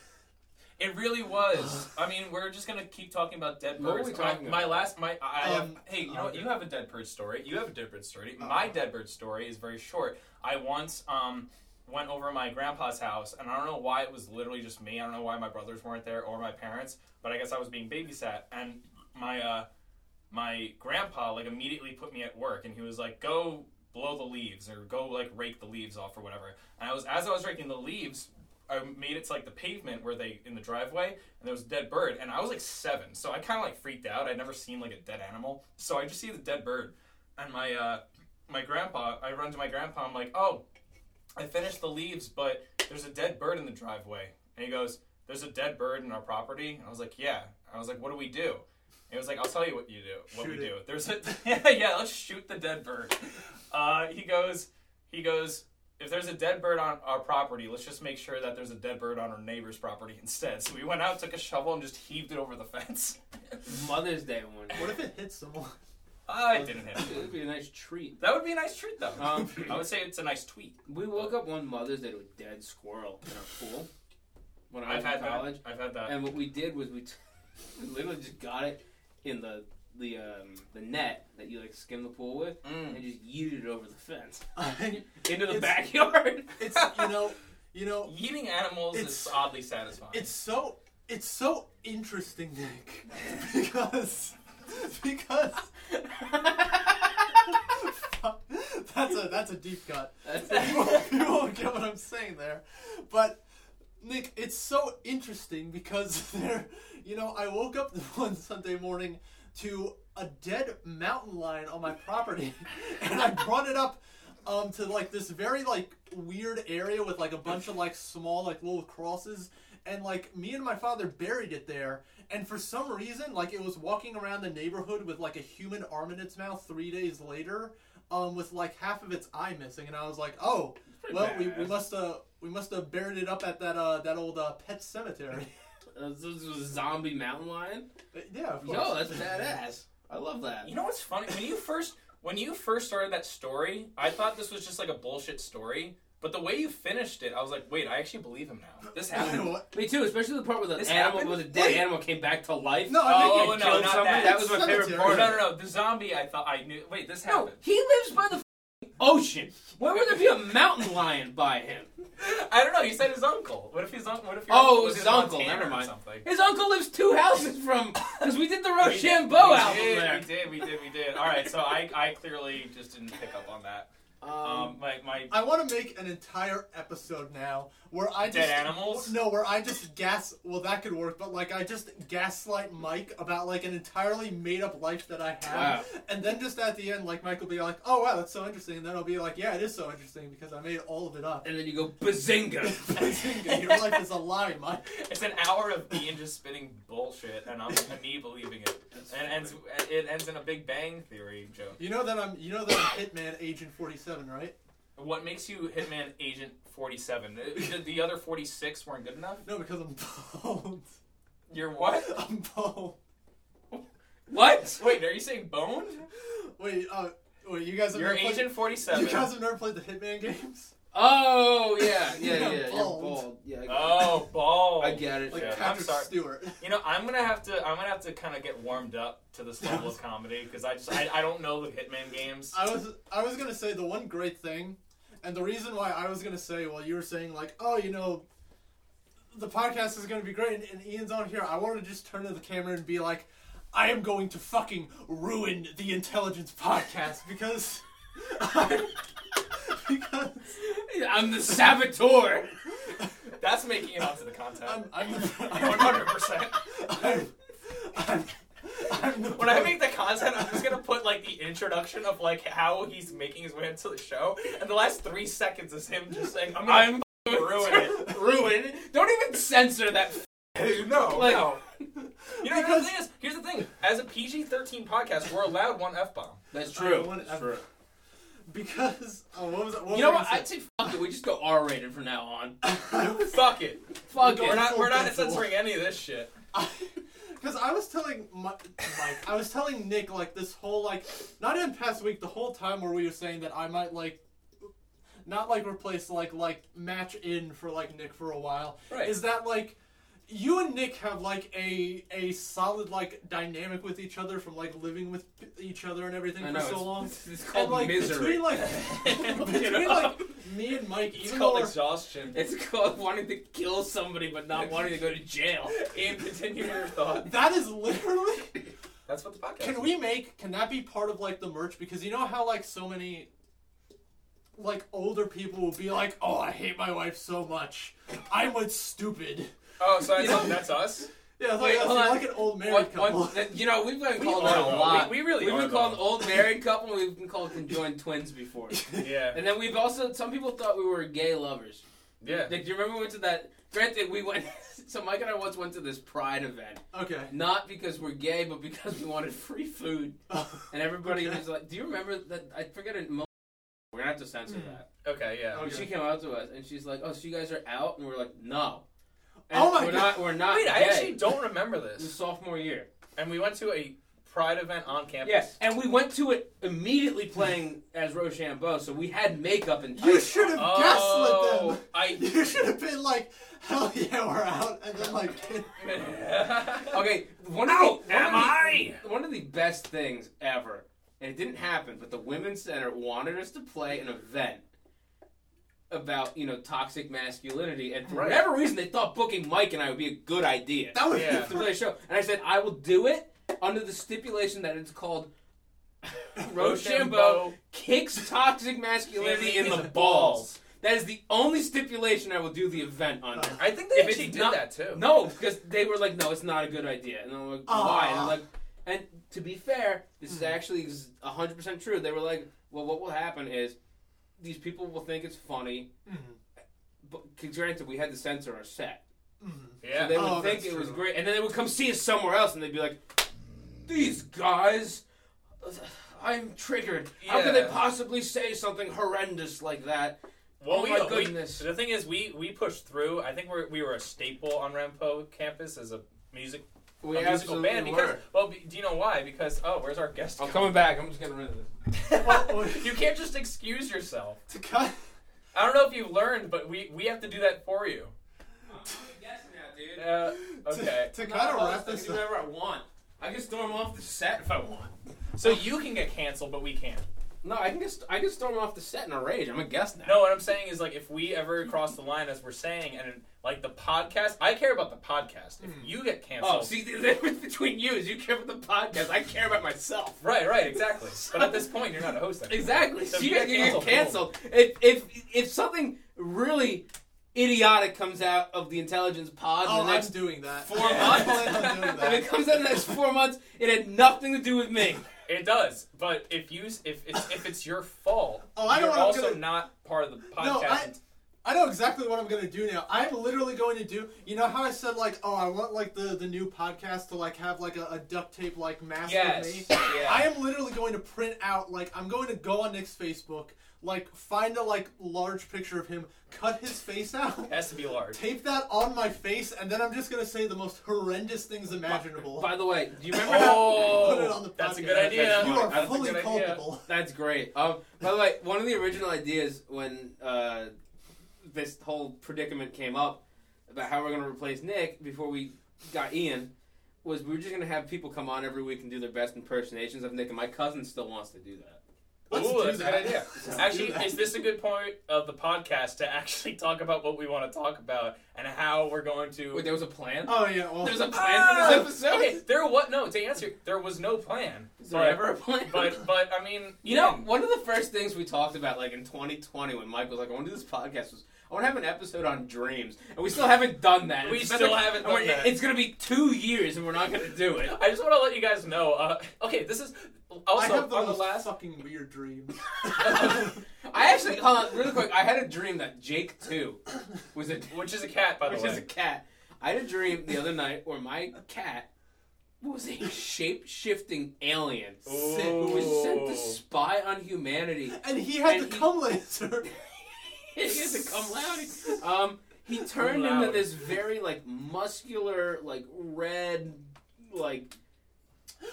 It really was. I mean, we're just gonna keep talking about dead What were birds. we talking my, my about? last, my I I have. Um, hey, you know what? okay. You have a dead bird story. You have a dead bird story. Uh-huh. My dead bird story is very short. I once um went over to my grandpa's house, and I don't know why it was literally just me. I don't know why my brothers weren't there or my parents, but I guess I was being babysat, and my uh my grandpa like immediately put me at work, and he was like, "Go blow the leaves or go like rake the leaves off or whatever." And I was as I was raking the leaves, I made it to like the pavement where they in the driveway, and there was a dead bird. And I was like seven, so I kind of like freaked out. I'd never seen like a dead animal, so I just see the dead bird, and my uh, my grandpa. I run to my grandpa. I'm like, oh, I finished the leaves, but there's a dead bird in the driveway. And he goes, there's a dead bird in our property. And I was like, yeah. I was like, what do we do? And he was like, I'll tell you what you do. What Shoot we it. do. There's a yeah, yeah. Let's shoot the dead bird. Uh, he goes, he goes. If there's a dead bird on our property, let's just make sure that there's a dead bird on our neighbor's property instead. So we went out, took a shovel, and just heaved it over the fence. Mother's Day one. What if it hits someone? I didn't hit it. It would be a nice treat. That would be a nice treat, though. Um, I would say it's a nice tweet. We woke up one Mother's Day to a dead squirrel in our pool when I I've was had in college. that. I've had that. And what we did was we, t- we literally just got it in the the um, the net that you like skim the pool with, and Mm. just yeeted it over the fence I- into the It's- backyard. it's you know, you know, Eating animals It's- is oddly satisfying. it's so it's so interesting, Nick, because because that's a that's a deep cut. you, won't, you won't get what I'm saying there. But Nick, it's so interesting because there, you know, I woke up one Sunday morning to a dead mountain lion on my property, and I brought it up. Um, to like this very like weird area with like a bunch of like small like little crosses and like me and my father buried it there and for some reason like it was walking around the neighborhood with like a human arm in its mouth three days later um with like half of its eye missing and i was like oh well we, we badass. must uh we must have buried it up at that uh that old uh, pet cemetery Uh, this was a zombie mountain lion. yeah of course Yo, that's badass. I love that. you know what's funny? When you first when you first started that story, I thought this was just like a bullshit story. But the way you finished it, I was like, wait, I actually believe him now. This happened. What? Me too, especially the part where the This animal, happened? where the dead Wait. animal came back to life. No, I Oh, and no, killed not somebody. that. That was my favorite no, Cemetery. no, part. of it. no. The zombie, I thought I knew. Wait, this No, happened. he lives by the f***ing ocean. Where would there be a mountain lion by him? I don't know. You said his uncle. What if his uncle? What if your Oh, uncle it was was his in uncle, Montana never or mind. Something. His uncle lives two houses from because we did the We did- Rochambeau we album did, there. We did, we did, we did. All right, so I, I clearly just didn't pick up on that. Um, my, my I want to make an entire episode now where I Dead just animals? No, where I just gas. Well, that could work, but like I just gaslight Mike about like an entirely made up life that I have, and then just at the end, like Mike will be like, "Oh wow, that's so interesting," and then I'll be like, "Yeah, it is so interesting because I made all of it up." and then you go bazinga. Bazinga, Your life is a lie, Mike. It's an hour of Ian just spitting bullshit, and I'm me believing it. And it ends, it ends in a Big Bang Theory joke. You know that I'm. You know that I'm Hitman Agent Forty Seven, right? What makes you Hitman Agent 47? The, the other 46 weren't good enough? No, because I'm bald. You're what? I'm bald. what? Wait, are you saying boned? Wait, uh, wait. You guys have You're never played- Agent You 47. guys have never played the Hitman games. Oh yeah, yeah, yeah. You're You're bald. bald. Yeah. I get Oh, it. bald. I get it. Like Yeah. yeah. Patrick I'm sorry. Stewart. You know, I'm gonna have to. I'm gonna have to kind of get warmed up to this level of comedy because I just I, I don't know the Hitman games. I was I was gonna say the one great thing, and the reason why I was gonna say while you were saying like, oh, you know, the podcast is gonna be great, and, and Ian's on here. I want to just turn to the camera and be like, I am going to fucking ruin the intelligence podcast because. I, because I'm the saboteur. That's making it onto the content. I'm, I'm, the, I'm, 100. percent I'm, I'm, I'm the When I make the content, I'm just gonna put like the introduction of like how he's making his way into the show, and the last three seconds is him just saying, "I'm gonna I'm f***ing ruin it." ruined. Don't even censor that. F- no, Like- no. You know what the thing is? Here's the thing: as a PG-13 podcast, we're allowed one f bomb. That's I true. want- I- because oh, what was that? What You know were what? I'd say fuck it. We just go R rated from now on. saying? Fuck it. Fuck We're it. not. We're not Full pencil. censoring any of this shit. Because I was telling Mi- Mike, I was telling Nick like this whole like not even past week, the whole time where we were saying that I might like not like replace like like match in for like Nick for a while. Right. Is that like you and Nick have like a a solid like dynamic with each other from like living with p- each other and everything I for know. so it's, long. It's called and like misery. between like You between know? like me and Mike, It's even though called we're- exhaustion. it's called wanting to kill somebody but not wanting to go to jail. And continue your thought. that is literally That's what the podcast. Can is. we make? Can that be part of like the merch? Because you know how like so many, like older people will be like, "Oh, I hate my wife so much. I'm with stupid." Oh, so You know- that's, that's us. Yeah, it's Wait, like, that's hold on. like an old married What, couple. what, that- you know, we've been called are, that a though. lot. We- we really have are, been called though. old married couple. and We've been called conjoined twins before. Yeah. And then we've also some people thought we were gay lovers. Yeah. Like, do you remember we went to that? Granted, we went. So Mike and I once went to this Pride event, okay. not because we're gay, but because we wanted free food. And everybody Okay. was like, "Do you remember that?" I forget it. We're gonna have to censor Mm. that. Hmm. Okay. Yeah. But Okay. she came out to us and she's like, "Oh, so you guys are out?" And we're like, "No." Oh my we're God. Not, we're not. Wait, I gay. actually don't remember It was this. sophomore year. And we went to a pride event on campus. Yes, and we went to it immediately playing as Rochambeau, so we had makeup and you tights should have on. Oh, gaslit them. I. You should have been like, "Hell yeah, we're out," and then like, Okay, one of the, one Am of the- I? One of the best things ever, and it didn't happen, but the women's center wanted us to play an event about you know toxic masculinity, and for Right. whatever reason, they thought booking Mike and I would be a good idea. that would Yeah. be to play a show, and I said I will do it under the stipulation that it's called Rochambeau Rochambeau. kicks toxic masculinity in the balls. That is the only stipulation I will do the event under. I think they If actually it's did not- that too. No, because they were like, no, it's not a good idea. And I'm like, why? And I'm Aw. like, and to be fair, this is actually ex- 100% true. They were like, well, what will happen is these people will think it's funny. But 'cause granted, we had to censor our set. Yeah. So they would Oh, think that's it was true. great. And then they would come see us somewhere else and they'd be like, these guys, I'm triggered. How could they Yeah. possibly say something horrendous like that? well, oh we, my we- goodness. the thing is, we we pushed through. I think we're, we were a staple on Rampo campus as a music We a musical absolutely band. were. Because well, be, do you know why? Because oh, where's our guest? I'm coming back. I'm just getting rid of this. you can't just excuse yourself. to cut. I don't know if you've learned, but we we have to do that for you. Uh, okay. To, to I kind don't of know, wrap I can this do up. whatever I want. I can storm off the set if I want. So you can get canceled, but we can't. No, I can just I can storm off the set in a rage. I'm a guest now. No, what I'm saying is like if we ever cross the line, as we're saying, and like the podcast, I care about the podcast. If you get canceled, Oh, see, the difference between you is you care about the podcast. I care about myself. right, right, exactly. but at this point, you're not a host. Anymore. Exactly. So So if you you guys get get canceled, canceled. If if if something really idiotic comes out of the intelligence pod in Oh, the I'm next doing that. four I months, plan on doing if it that. comes out in the next four months, it had nothing to do with me. It does, but if you if it's if it's your fault, Oh, I know you're what I'm also gonna- not part of the podcast. No, I, I know exactly what I'm gonna do now. I'm literally going to do. You know how I said like, oh, I want like the the new podcast to like have like a, a duct tape like mask Yes, of me. yeah. I am literally going to print out like I'm going to go on Nick's Facebook, like find a like large picture of him, cut his face out. It has to be large. Tape that on my face, and then I'm just gonna say the most horrendous things imaginable. By the way, do you remember? Oh, Put it on the that's a podcast. good idea. you are That's a fully good idea. culpable. That's great. Um, by the way, one of the original ideas when uh, this whole predicament came up about how we're going to replace Nick before we got Ian was we were just going to have people come on every week and do their best impersonations of Nick, and my cousin still wants to do that. Let's Ooh, do that's that. a good idea. Let's actually, do that. is this a good point of the podcast to actually talk about what we want to talk about and how we're going to? Ah! Wait, there was a plan? Oh yeah. Well, There's a plan for this episode? Okay, there what? No, to answer, there was no plan. Is there But, ever a plan? but but I mean, you know, one of the first things we talked about, like in 2020, when Mike was like, "I want to do this podcast," was I want to have an episode on dreams, and we still haven't done that. We It's still been- haven't and we're- done that. It's gonna be two years, and we're not gonna do it. I just want to let you guys know. Uh, okay, this is I also have the on the most last. fucking weird dream. I actually, hold on, really quick. I had a dream that Jake too was a Which is a cat, by the which way. is a cat. I had a dream the other night where my cat was a shape shifting alien who was sent Ooh. to spy on humanity. And he had And the he- cum laser. he has to come loud. Um, he turned Come into loud. this very like muscular, like red, like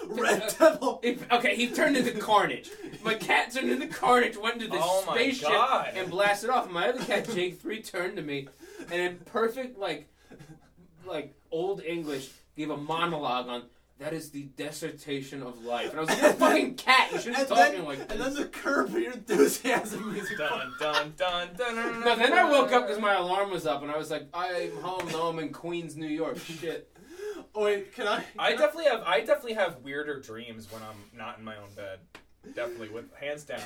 Red Devil. if, okay. He turned into Carnage. My cat turned into Carnage. Went into this Oh my spaceship God. and blasted off. My other cat Jake three turned to me, and in perfect like like old English, gave a monologue on. That is the dissertation of life. And I was like, you're a fucking cat. You shouldn't be And talking then, like this. and then the curb your enthusiasm music. Dun dun dun dun. dun, No, then I dun. woke up because my alarm was up, and I was like, I'm home. No, I'm in Queens, New York. Shit. Oh, wait, can I? I can definitely have I definitely have weirder dreams when I'm not in my own bed. Definitely, with hands down.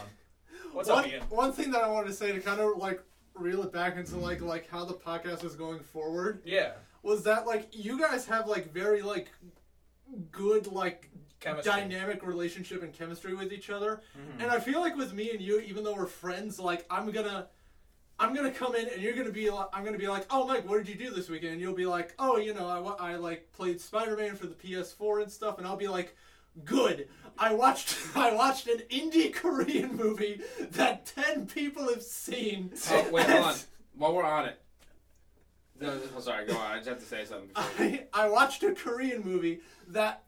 What's one, up, Ian? one thing that I wanted to say to kind of like reel it back into like like how the podcast is going forward Yeah, was that like you guys have like very like good like chemistry. dynamic relationship and chemistry with each other Mm-hmm. and i feel like with me and you even though we're friends like i'm gonna i'm gonna come in and you're gonna be like i'm gonna be like oh mike what did you do this weekend and you'll be like oh you know i, wa- I like played spider-man for the ps4 and stuff and i'll be like good i watched i watched an indie korean movie that 10 people have seen Oh, wait, hold on. While we're on it. No, I'm sorry, go on. I just have to say something. Before. I, I watched a Korean movie that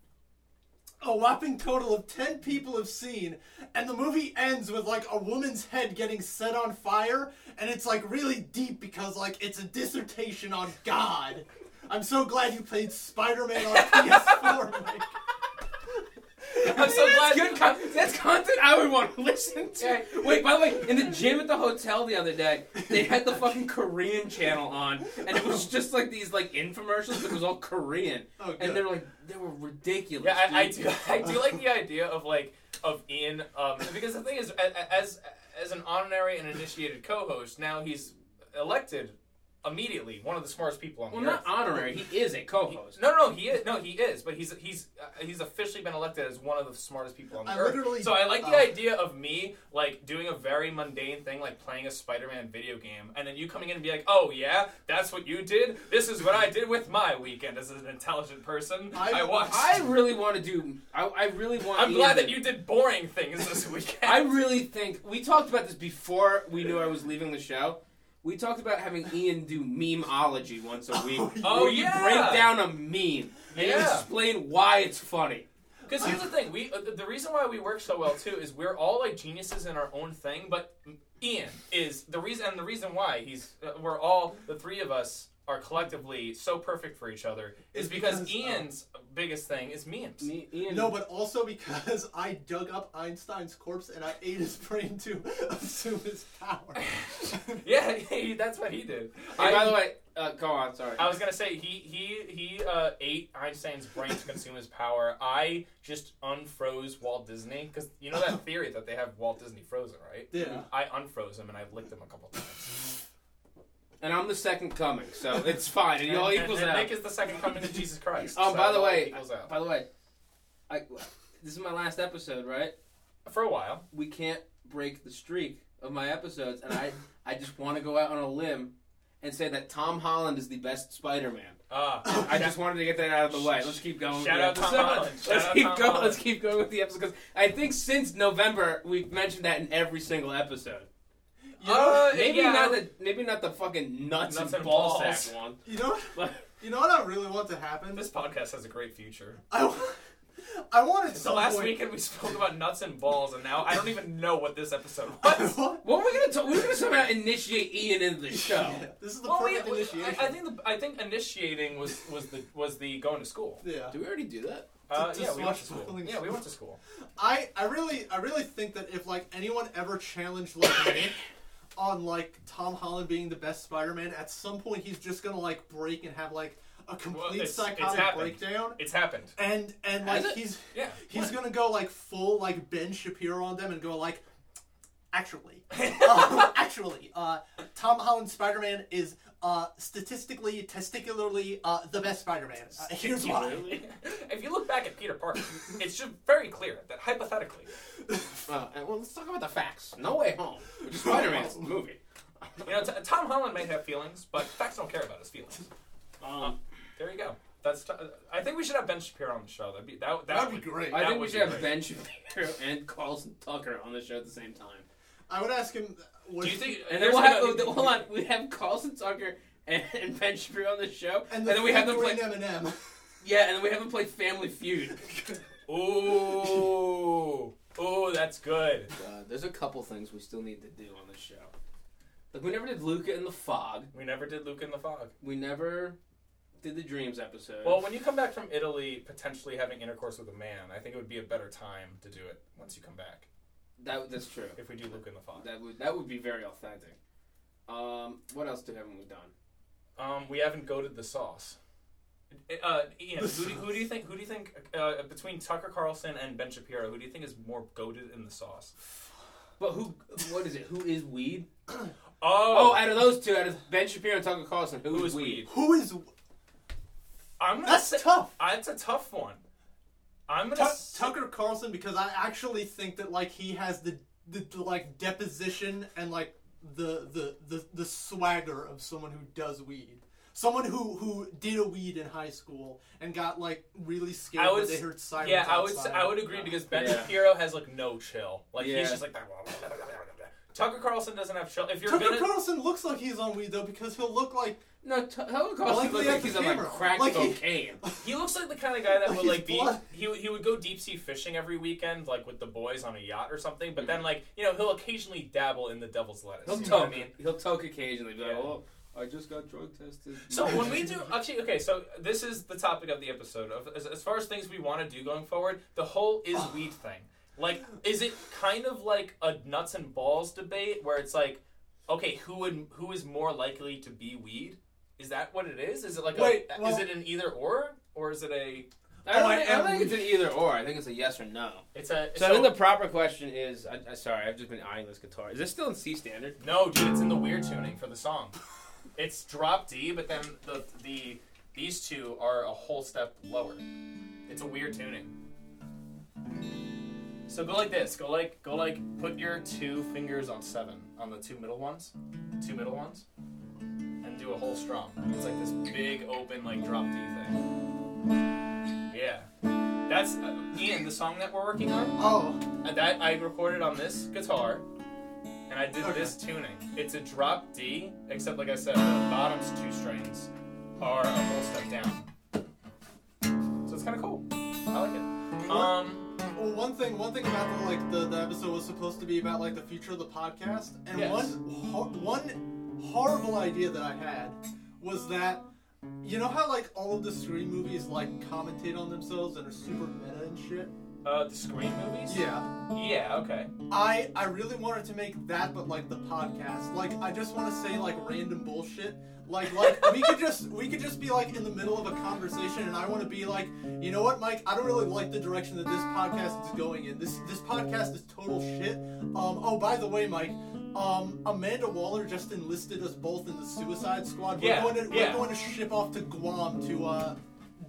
a whopping total of 10 people have seen, and the movie ends with like a woman's head getting set on fire, and it's like really deep because like it's a dissertation on God. I'm so glad you played Spider Man on PS4. Mike. I'm so glad. Good con- that's content I would want to listen to. Yeah. Wait, by the way, in the gym at the hotel the other day, they had the fucking Korean channel on, and it was just like these like infomercials that was all Korean, Oh, and good. they were like they were ridiculous. Yeah, I, I dude. do. I do like the idea of like of Ian um, because the thing is, a- a- as as an honorary and initiated co-host, now he's elected immediately one of the smartest people on Well, the not earth. honorary. He is a co-host. No, no, he is. No, he is. But he's he's uh, he's officially been elected as one of the smartest people on the I earth. literally- so I like the oh. idea of me like doing a very mundane thing, like playing a Spider-Man video game, and then you coming in and be like, "Oh yeah, that's what you did. This is what I did with my weekend as an intelligent person. I, I- watched. I really want to do. I, I really want. I'm Ian glad to- that you did boring things this weekend. I really think we talked about this before we knew I was leaving the show. We talked about having Ian do memeology once a week. Oh, where you yeah. break down a meme and you Yeah. explain why it's funny. Because here's the thing, we uh, the- the reason why we work so well too is we're all like geniuses in our own thing, but Ian is the reason, and the reason why he's uh, we're all the three of us are collectively so perfect for each other is It's because, because, uh, Ian's biggest thing is memes. Ian, No, but also because I dug up Einstein's corpse and I ate his brain to assume his power. Yeah, he, that's what he did. Hey, by I, the way, uh, go on. Sorry. I was gonna say he he he uh, ate Einstein's brain to consume his power. I just unfroze Walt Disney because you know that theory that they have Walt Disney frozen, right? Yeah. I unfroze him and I licked him a couple times. and I'm the second coming, so it's fine. It all And- equals and, and out. Nick is the second coming of Jesus Christ. Oh, so by it the all way, equals out. by the way, I, this is my last episode, right? for a while, we can't break the streak of my episodes, and I, I just want to go out on a limb and say that Tom Holland is the best Spider-Man. uh, I just wanted to get that out of the way. Let's keep going. Shout with out the Tom episode. Holland. Shout Let's out keep Tom going. Holland. Let's keep going with the episode because I think since November we've mentioned that in every single episode. You Uh, Maybe yeah. not the maybe not the fucking nuts, Nuts and, and ball balls. sack one. You know, But- you know what I really want to happen? this podcast has a great future. I, wa- I wanted So some last point, weekend we spoke about nuts and balls, and now I don't even know what this episode I was. want- What were we gonna talk? We were gonna somehow initiate Ian into the show. this is the Well, we- perfect we- initiation. I, I think the, I think initiating was was the was the going to school. yeah. Do we already do that? Uh, To- to yeah, we went smash to school. bubbling Yeah, we went to school. I, I really I really think that if like anyone ever challenged like Nick on like Tom Holland being the best Spider-Man, at some point he's just gonna like break and have like a complete it's- it's psychotic happened. breakdown. It's happened. And and like Has it? he's Yeah. he's gonna go like full like Ben Shapiro on them and go like actually, Uh, actually, uh, Tom Holland Spider-Man is uh, statistically, testicularly uh, the best Spider-Man. Uh, here's why. if you look back at Peter Parker, it's just very clear that hypothetically, Uh, and- well, let's talk about the facts. No Way Home, which is Spider-Man's Oh. movie. you know, t- Tom Holland may have feelings, but facts don't care about his feelings. Um, There you go. That's. T- I think we should have Ben Shapiro on the show. That'd be that. that That'd be would- great. I that think we would should be have great. Ben Shapiro and Carlson Tucker on the show at the same time. I would ask him. Was Do you think? And then here's we'll what I have, think- hold on, we have Carlson Tucker and, and Ben Shapiro on the show, And, the then we have them play, green M&M. yeah, and then we have them play Family Feud. Ooh, ooh, that's good. Uh, there's a couple things we still need to do on this show. Like we never did Luca in the Fog. We never did Luke in the Fog. We never did the Dreams episode. Well, when you come back from Italy, potentially having intercourse with a man, I think it would be a better time to do it once you come back. that that's true. If we do Luke in the Fog, That would that would be very authentic. Um, what else do haven't we done? um, we haven't goaded the sauce. Uh, Ian, who do, who do you think? Who do you think uh, between Tucker Carlson and Ben Shapiro, who do you think is more goaded in the sauce? But who? What is it? Who is weed? Oh, Oh, out of those two, out of Ben Shapiro and Tucker Carlson, who, who is weed? Who is? I'm gonna That's say, tough. I- It's a tough one. I'm gonna. Tu- s- Tucker Carlson because I actually think that like he has the, the, the, like deposition and like the, the the the swagger of someone who does weed. Someone who who did a weed in high school and got like really scared I would. when they s- heard sirens. yeah, I would. s- outside. I would agree because Ben Yeah. Shapiro has like no chill. Like Yeah. he's just like. Tucker Carlson doesn't have chill. If you're Tucker gonna, Carlson looks like he's on weed though because he'll look like No, T- Tucker Carlson Like looks the like he's on like camera. crack Like he- cocaine. he looks like the kind of guy that Like would like he's be. blood. He, would- he would go deep sea fishing every weekend, like with the boys on a yacht or something. But Mm-hmm. then, like you know, he'll occasionally dabble in the devil's lettuce. He'll you know what I toke. mean? He'll toke occasionally. Be like, Yeah. "Oh, I just got drug tested." So when we do actually okay, so this is the topic of the episode of as, as far as things we want to do going forward. The whole is weed thing. Like, is it kind of like a nuts and balls debate where it's like, okay, who would who is more likely to be weed? Is that what it is? Is it like Wait, a, well- is it an either or or is it a I don't, Oh, I think, I don't am- think it's an either or. I think it's a yes or no. it's a So, I think the proper question is. I, I, sorry, I've just been eyeing this guitar. Is this still in C standard? no dude? It's in the weird tuning for the song. It's drop D, but then the the these two are a whole step lower. It's a weird tuning. So go like this. Go like go like put your two fingers on seven on the two middle ones, two middle ones, and do a whole strum. It's like this big open like drop D thing. Yeah, that's uh, Ian. The song that we're working on. oh And that I recorded on this guitar, and I did Okay. this tuning. It's a drop D, except like I said, the bottom's two strings are a whole step down. So it's kind of cool. I like it. Um, Well, one thing, one thing about the, like the, the episode was supposed to be about like the future of the podcast, and Yes. one hor- one horrible idea that I had was that you know how like all of the screen movies like commentate on themselves and are super meta and shit. uh, the Scream movies. Yeah, Yeah. Okay. I I really wanted to make that, but like the podcast, like I just want to say like random bullshit. Like, like we could just we could just be like in the middle of a conversation, and I want to be like, you know what, Mike? I don't really like the direction that this podcast is going in. This this podcast is total shit. Um. Oh, by the way, Mike, um, Amanda Waller just enlisted us both in the Suicide Squad. We're Yeah, going to yeah. we're going to ship off to Guam to uh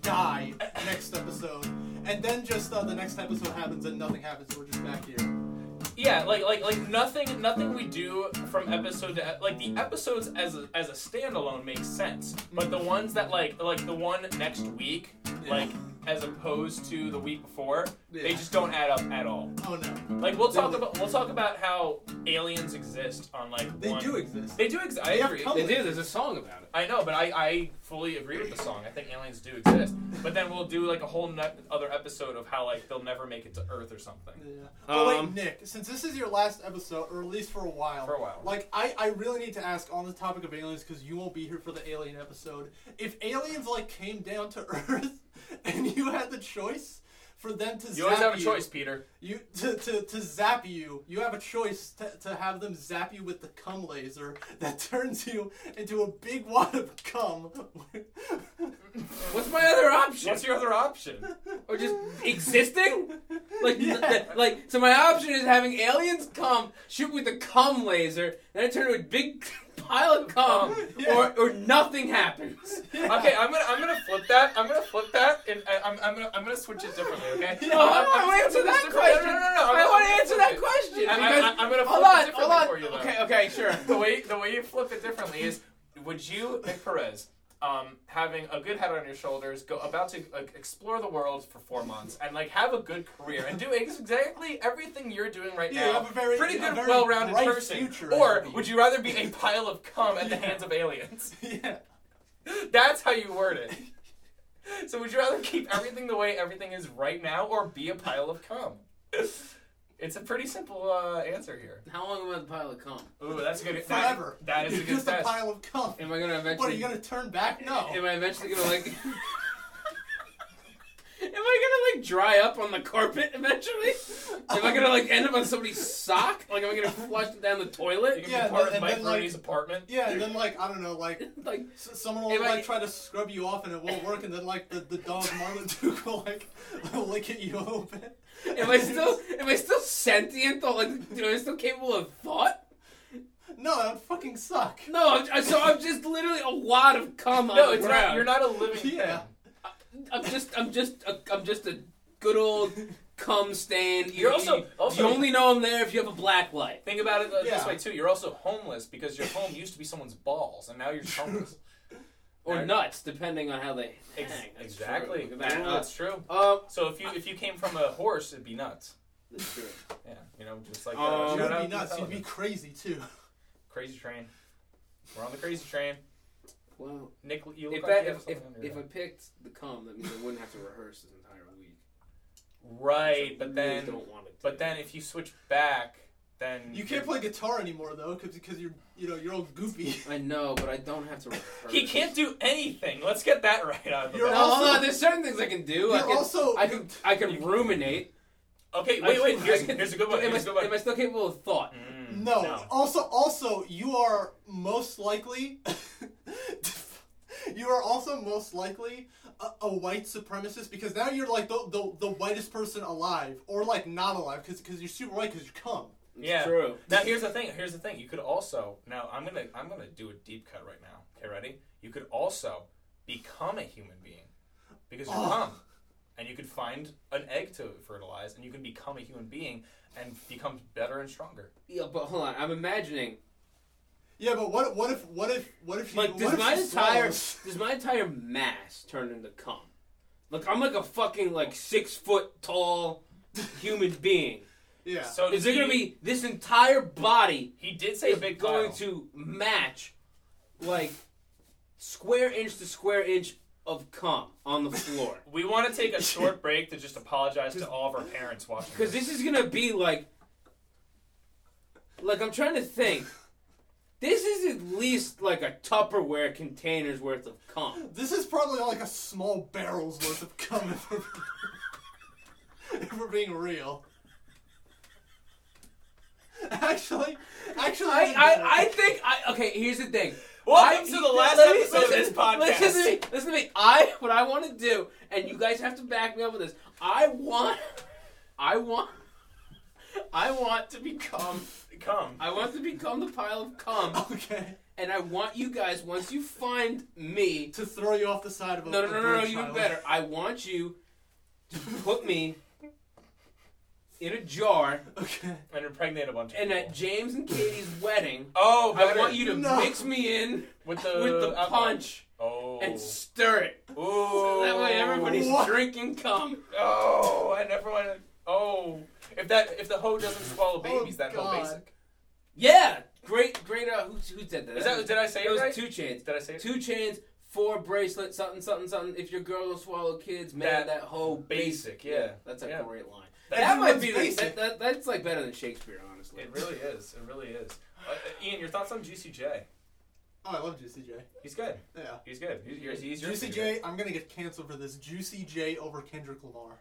die next episode, and then just uh, the next episode happens and nothing happens. We're just back here. Yeah. Like like like nothing nothing we do from episode to ep- like the episodes as a, as a standalone makes sense, but the ones that like like the one next week like as opposed to the week before they Yeah. just don't add up at all. Oh no, Like we'll talk They- about we'll talk about how aliens exist on like they one- do exist. they do exist. I They have agree. come- They do. There's a song about it. I know, but I, I fully agree with the song. I think aliens do exist. But then we'll do like a whole ne- other episode of how like they'll never make it to Earth or something. Yeah. Oh Um, wait, Nick. Since this is your last episode, or at least for a while, For a while. like I, I really need to ask on the topic of aliens because you won't be here for the alien episode. If aliens like came down to Earth and you had the choice for them to You always zap have a you- choice, Peter. you to, to, to zap you, you have a choice to, to have them zap you with the cum laser that turns you into a big wad of cum. What's my other option? What's your other option? Or just existing? Like, th- th- like, so my option is having aliens come shoot with the cum laser, then I turn into a big pile of cum, or, or nothing happens. Okay, I'm gonna I'm gonna flip that. I'm gonna flip that, and I, I'm I'm gonna I'm gonna switch it differently. Okay. No, I want to answer switching that this question. differently. No, no, no. I want to answer that question I, because am gonna flip hold it on, differently hold on. for you. Though. okay, okay, sure. The way the way you flip it differently is: Would you, Nick Perez, um, having a good head on your shoulders, go about to like, explore the world for four months and like have a good career and do ex- exactly everything you're doing right now? Yeah, have a very- pretty a good, very well-rounded bright person. future or ahead of would you. you rather be a pile of cum at the hands of aliens? yeah. That's how you word it. So would you rather keep everything the way everything is right now, or be a pile of cum? It's a pretty simple uh, answer here. How long am I the pile of cum? Ooh, that's a good. that- Forever. That is a You're good Just test. a pile of cum. Am I gonna eventually? What are you gonna turn back? No. Am I eventually gonna like? am I gonna like dry up on the carpet eventually? Am I gonna like end up on somebody's sock? Like, am I gonna flush it down the You toilet? can Yeah, be part and of Mike then, like- Rooney's apartment. Yeah, and then like I don't know, like Like, s- someone will If I- like try to scrub you off and it won't work, and then like the, the dog Marmaduke will like lick at you a little bit. am I still am I still sentient though? Like, am I still capable of thought? No, that would fucking suck. No, I'm, I- so I'm just literally a wad of cum on No, the it's ground. not. You're not a living. Yeah. thing. I'm just I'm just a, I'm just a good old cum stain. You- You're also- you, also- you only know I'm there if you have a black light. Think about it uh, this Yeah. way too. You're also homeless because your home used to be someone's balls, and now you're just homeless. Or Right. nuts, depending on how they hang. Ex- That's exactly. True. Look at That's, that. Uh, true. um, So if you if you came from a horse, it'd be nuts. that's true. Yeah, you know, just like uh, Um, You shout would out be to nuts. You'd Metallica. be crazy too. Crazy train. We're on the crazy train. Well, Nick, you look if like that you have if if, something on your if I head. picked the cum, that means I wouldn't have to rehearse this entire week. right, Really but then don't want it. but then if you switch back, then You can't play guitar anymore though, because you're you know you're all goofy. I know, but I don't have to rehearse. He can't do anything. Let's get that right out of the You're No, way. hold Also- on, There's certain things I can do. I You're can, also- I can I can ruminate. Okay, wait, I- wait. Here's, I can- here's a good one. Am I, Here's a good one. am I still capable of thought? Mm, No. Also, also, you are most likely. you are also most likely a, a white supremacist because now you're like the, the the whitest person alive or like not alive because because you're super white because you come. Yeah. True. Now here's the thing. Here's the thing. You could also now I'm gonna I'm gonna do a deep cut right now. Okay, ready? You could also become a human being because you Oh. come, and you could find an egg to fertilize, and you can become a human being and become better and stronger. Yeah, but hold on. I'm imagining Yeah, but what what if what if what if you like what does if my she entire swallows? does my entire mass turn into cum? Like I'm like a fucking like six foot tall human being. yeah So Is there he- gonna be this entire body He did say is a big going pile. to match like square inch to square inch of cum on the floor? We want to take a short break to just apologize to all of our parents watching. Because this is gonna be like, like I'm trying to think. This is at least like a Tupperware container's worth of cum. this is probably like a small barrel's worth of cum if we're, if we're being real. Actually, actually, I, I, I think I okay. Here's the thing. Welcome I- to the last let me- episode of this podcast. Listen to me. Listen to me. I what I want to do, and you guys have to back me up with this. I want, I want, I want to become. come. I want to become the pile of cum, okay. and I want you guys once you find me to throw you off the side of a No, no, a no, no, no bridge, even Tyler. better. I want you to put me in a jar, Okay. and impregnate a bunch of and people. at James and Katie's wedding, oh, I better. want you to No. mix me in with the with the alcohol. punch Oh. and stir it. Ooh. That way, everybody's What? drinking cum. Oh, and everyone. Oh, if that if the hoe doesn't swallow babies, that hoe Oh, God. basic. Yeah, great, great. Uh, who, who did that? Is that did I say It it was right? two chains. Did I say it? Two chains. Four bracelets, something, something, something. If your girl will swallow kids, man, That- that, whole basic, basic. yeah. that's a Yeah. great line. That- That, might be the, that, basic. that, that's like better than Shakespeare, honestly. It really is. It really is. Uh, uh, Ian, your thoughts on GCJ? Oh, I love Juicy J. He's good. Yeah. He's good. He's, he's, he's your Juicy favorite. J, I'm gonna get canceled for this. Juicy J over Kendrick Lamar.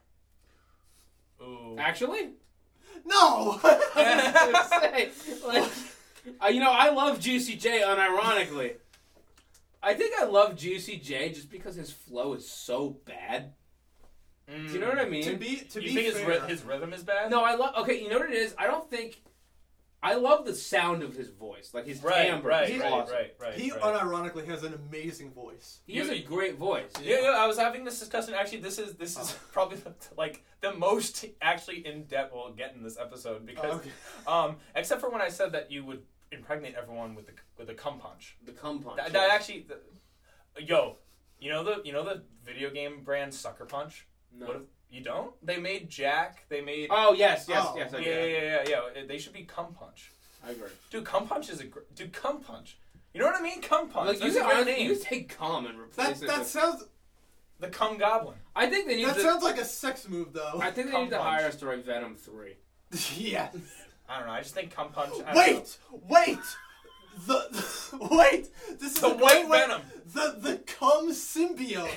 Ooh. Actually, No. gonna say, like, uh, you know, I love Juicy J unironically. I think I love Juicy J just because his flow is so bad. Do you know what I mean? To be to you be think his, fair, ry- his rhythm is bad? No, I love. Okay, you know what it is. I don't think. I love the sound of his voice, like his Right, timbre. right, is right, awesome. right, right. he right. unironically has an amazing voice. He has a great voice. Yeah, yeah, I was having this discussion. Actually, this is this is Oh. probably the, like the most actually in depth we'll get in this Oh, episode because, okay. um, except for when I said that you would impregnate everyone with the with a cum punch. The cum punch. That, that actually, the, yo, you know the you know the video game brand Sucker Punch. No. What if, you don't? They made Jack. They made. Oh yes, yes, Oh. yes. I yeah, get yeah, it. yeah, yeah, yeah. They should be cum punch. I agree. Dude, cum punch is a gr- dude. Cum punch. You know what I mean? Cum punch. Like you, That's a can great honestly, name. you take cum and That replace it. that with- sounds The cum goblin. I think they need that to. sounds like a sex move though. I think they cum need to punch. hire us to write Venom three. yes. I don't know. I just think cum punch. I don't know. Wait, wait. The, the wait. This is The a white great way- venom. The the cum symbiote.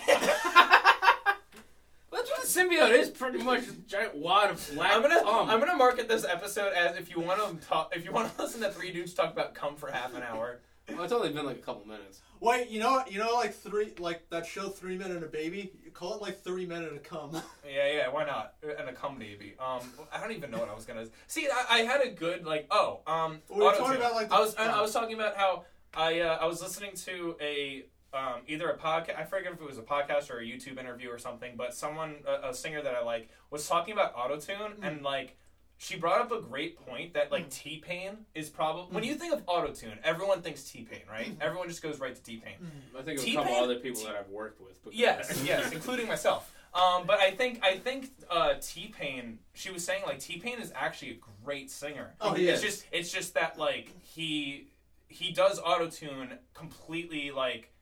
That's what a symbiote is, pretty much. Just a giant wad of black I'm gonna cum. I'm gonna market this episode as if you want to talk if you want to listen to three dudes talk about cum for half an hour. Well, it's only been like a couple minutes. Wait, you know what? You know, like three, like that show, Three Men and a Baby. You call it like Three Men and a Cum. Yeah, yeah, why not? And a cum maybe. Um, I don't even know what I was gonna see. I, I had a good like oh um. We were auto-tune. talking about, like, the- I was I, I was talking about how I uh, I was listening to a. Um, either a podcast, I forget if it was a podcast or a YouTube interview or something, but someone, a, a singer that I like, was talking about autotune Hmm. and like she brought up a great point that like T Pain is probably Hmm. when you think of autotune, everyone thinks T Pain, right? Everyone just goes right to T Pain. I think of a T-Pain- couple other people that I've worked with. But Yes, yes, including myself. Um, but I think I think uh, T Pain. She was saying like T Pain is actually a great singer. Oh, he it's is. just it's just that like he he does auto tune completely like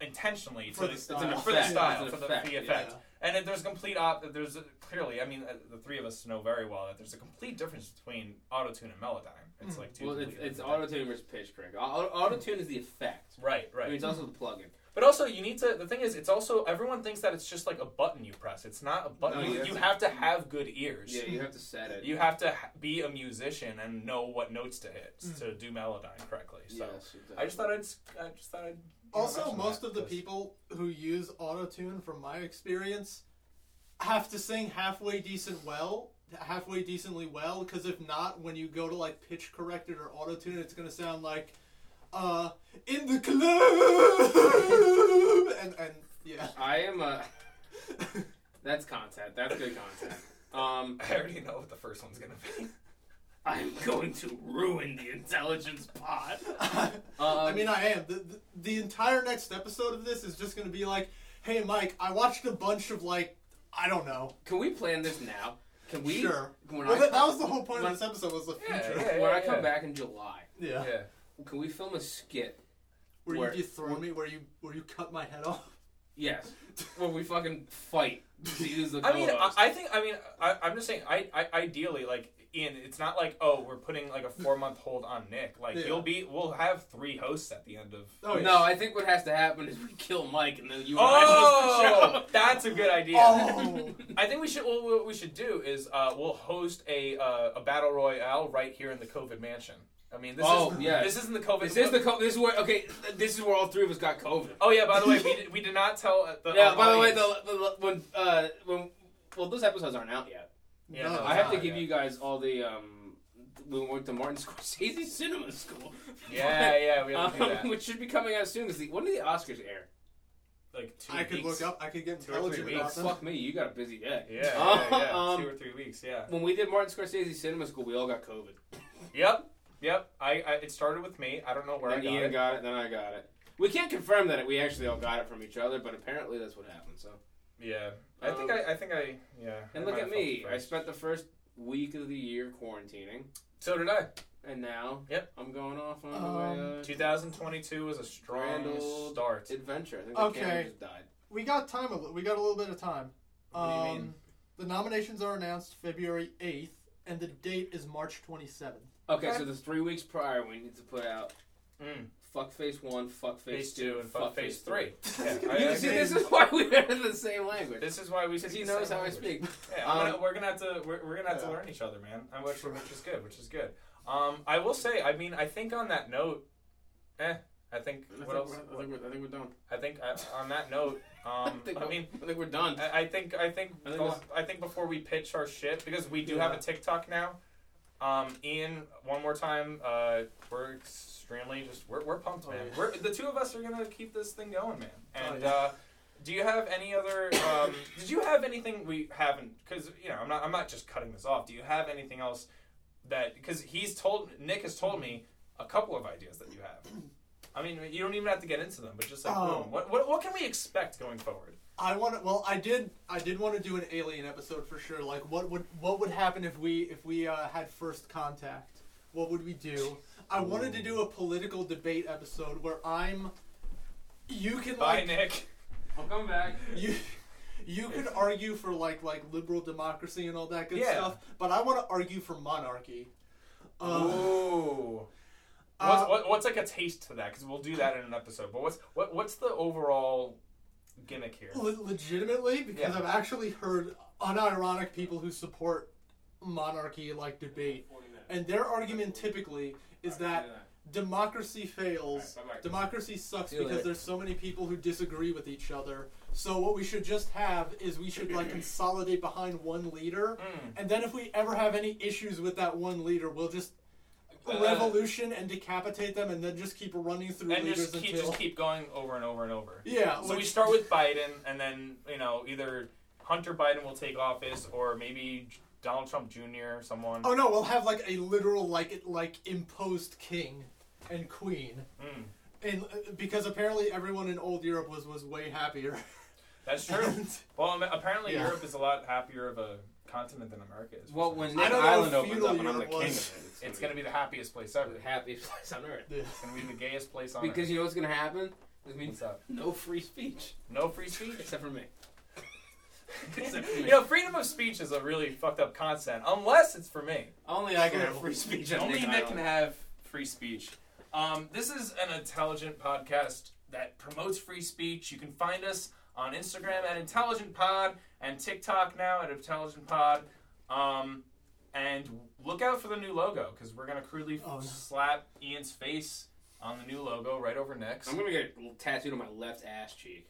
intentionally For to the the, style. to the- for the Effect. style It's an for the, effect, the yeah. effect. And then there's complete op- there's a, clearly I mean uh, the three of us know very well that there's a complete difference between auto tune and melodyne. It's like two Well, it's, completely it's different auto tune versus pitch correct. Auto tune is the effect. things. right I mean, right. it's also the plug-in. But also, you need to. The thing is, it's also everyone thinks that it's just like a button you press. It's not a button. No, you, yeah. you have to have good ears. Yeah, you have to set it. You have to ha- be a musician and know what notes to hit Mm. to do melodyne correctly. So Yes, exactly. I just thought I'd. s- I just thought I'd. Also, mention most that, of the 'cause- people who use autotune, from my experience, have to sing halfway decent well, halfway decently well, because if not, when you go to like pitch corrected or autotune, it's gonna sound like, uh, in the club, and and yeah. I am uh, a. That's content. That's good content. Um, I already know what the first one's gonna be. I'm going to ruin the intelligence pod. I mean, I am. The, the, the entire next episode of this is just going to be like, hey, Mike, I watched a bunch of, like, I don't know. Can we plan this now? Can we? sure. When well, I that, that was the whole point when- of this episode, was the Yeah, future. yeah. when I come back in July, Yeah. yeah. can we film a skit? Where, Where- you dethrone me, where you where you cut my head off. Yes. Where we fucking fight to use the. I mean, I, co-host. I think. I mean, I, I'm just saying. I, I ideally like Ian. It's not like oh, we're putting like a four month hold on Nick. Like Yeah. you'll be. We'll have three hosts at the end of. Oh, yeah. No, I think what has to happen is we kill Mike and then you and I host the Oh, show. that's a good idea. Oh. I think we should. Well, what we should do is uh, we'll host a uh, a battle royale right here in the COVID mansion. I mean, this Oh, is yes. this isn't the COVID. This is the co- this is where okay this is where all three of us got COVID. Oh yeah. By the way, we did, we did not tell. uh, The Yeah. By the way, audience. the, the, when uh when well those episodes aren't out yet. Yeah, No. no, I have Oh, not to give yet. you guys all the um we went to Martin Scorsese Cinema School. Yeah, yeah, we have to do Um, that. which should be coming out soon. 'cause the, when do the Oscars air? Like two I could weeks. look up. I could get Two or three intelligent weeks. about them. Fuck me, you got a busy day. Yeah, yeah, yeah. Um, two or three weeks. Yeah. When we did Martin Scorsese Cinema School, we all got COVID. Yep. Yep. I, I it started with me. I don't know where Then I got Ian it. got it, then I got it. We can't confirm that we actually all got it from each other, but apparently that's what happened. So, Yeah. I think Um, I, I think I yeah. I and look at might have felt me. it I first. spent the first week of the year quarantining, So did I. and now Yep. I'm going off on Um, a uh, 2022 was a strong Grand old- start. adventure. I think the Okay. camera just died. We got time. A li- we got a little bit of time. What do you um, mean? The nominations are announced February eighth, and the date is March twenty seventh. Okay, Okay. so the three weeks prior, we need to put out Mm. fuck face one, fuck face, Phase two and fuck phase three. three. Yeah, I- You I see, agree. this is why we are the same language. This is why we Because speak he the knows same how I language. speak. Yeah, I'm Um, gonna, we're gonna have to we're, we're gonna have to Yeah. learn each other, man. And which, which is good, which is good. Um, I will say, I mean, I think on that note, eh, I think. I think, What else? We're, I, think we're, I think we're done. I think uh, on that note, um, think I we're- mean, I think we're done. Uh, I, I think I think I think the- this- I think before we pitch our shit because we do Yeah. have a TikTok now. Um, Ian, one more time. Uh, we're extremely just we're, we're pumped, Oh, man. yeah. We're, the two of us are gonna keep this thing going, man. Oh, And yeah. uh, do you have any other? Um, did you have anything we haven't? Because you know I'm not I'm not just cutting this off. Do you have anything else that? Because he's told Nick has told me a couple of ideas that you have. I mean, you don't even have to get into them, but just like, Oh. boom. What, what what can we expect going forward? I want to. Well, I did. I did want to do an alien episode for sure. Like, what would what would happen if we if we uh, had first contact? What would we do? I wanted to do a political debate episode where I'm. You can Bye, like Nick. I'll come back. you. You could argue for like like liberal democracy and all that good Yeah. stuff, but I want to argue for monarchy. Uh, Ooh. uh, what's, what, what's like a taste to that? Because we'll do that in an episode. But what's what, what's the overall gimmick here? Le- legitimately, because Yeah. I've actually heard unironic people who support monarchy like debate, and their argument typically is that democracy fails. Alright, bye-bye. Democracy sucks See you because later. there's so many people who disagree with each other. So what we should just have is we should like consolidate behind one leader, Hmm. and then if we ever have any issues with that one leader, we'll just Uh, revolution and decapitate them, and then just keep running through And leaders just keep until just keep going over and over and over. yeah. So we which- start with Biden, and then you know either Hunter Biden will take office, or maybe J- Donald Trump Jr. Someone. Oh no, we'll have like a literal like like imposed king and queen. Mm. And uh, because apparently everyone in old Europe was was way happier. That's true. And well, am- apparently Yeah. Europe is a lot happier of a continent than America is. Well, when Nick I don't know Island if opens feudal up and I'm the Europe king of it, was- it's, it's gonna be the happiest place ever. the happiest place on earth. yeah. It's gonna be the gayest place on Because earth. you know what's gonna happen? It means What's up? no free speech No free speech. except for me. Except for you me. know, freedom of speech is a really fucked up concept, unless it's for me. Only I can True. have free speech. Only Only Nick, Nick can have free speech. Um, this is an intelligent podcast that promotes free speech. You can find us on Instagram at Intelligent Pod and TikTok now at Intelligent Pod. Um, and look out for the new logo because we're gonna crudely Oh, no. slap Ian's face on the new logo right over next. I'm gonna get a little tattooed on my left ass cheek.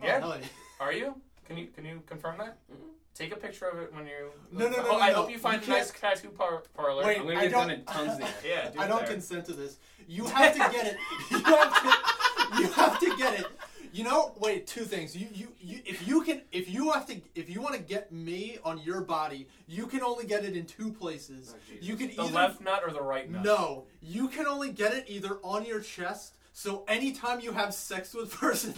yeah, Oh, hell yeah. are you? Can you can you confirm that? Mhm. Take a picture of it when you. No, no, no, Oh, no, I no. hope you find You a nice tattoo par- parlor. Wait, I'm gonna I get done don't- in tons there. Yeah, do I it don't there. consent to this. You have to get it. You have to. You have to get it. You know, wait. Two things. You, you, you. If you can, if you have to, if you want to get me on your body, you can only get it in two places. Oh, Jesus. you can The either left nut or the right nut? No, you can only get it either on your chest. So anytime you have sex with a person,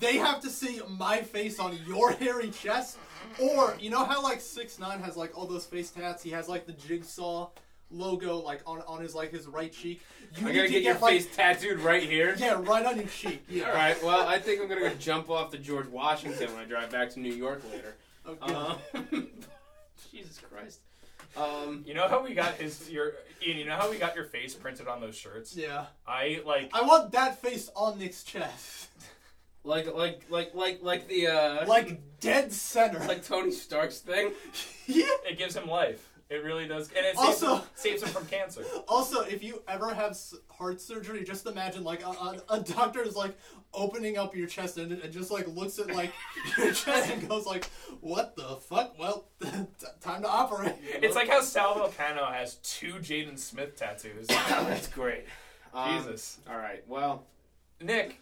they have to see my face on your hairy chest. Or you know how like six nine has like all those face tats. He has like the jigsaw logo like on on his like his right cheek. You I'm need gonna to get your like, face tattooed right here. Yeah, right on your cheek. All right. Well, I think I'm gonna go jump off the George Washington when I drive back to New York later. Okay. Um, Jesus Christ. Um, You know how we got his your Ian, you know how we got your face printed on those shirts? Yeah. I like I want that face on Nick's chest, like, like, like, like, like the uh, like dead center. like Tony Stark's thing. yeah. it gives him life. It really does and it saves, Also- him, saves him from cancer. Also, if you ever have s- heart surgery, just imagine like a, a, a doctor is like opening up your chest and, and just like looks at like your chest and goes like, "What the fuck? Well, t- time to operate." It's like how Sal Volcano has two Jaden Smith tattoos. That's great. Um, Jesus. All right. Well. Nick.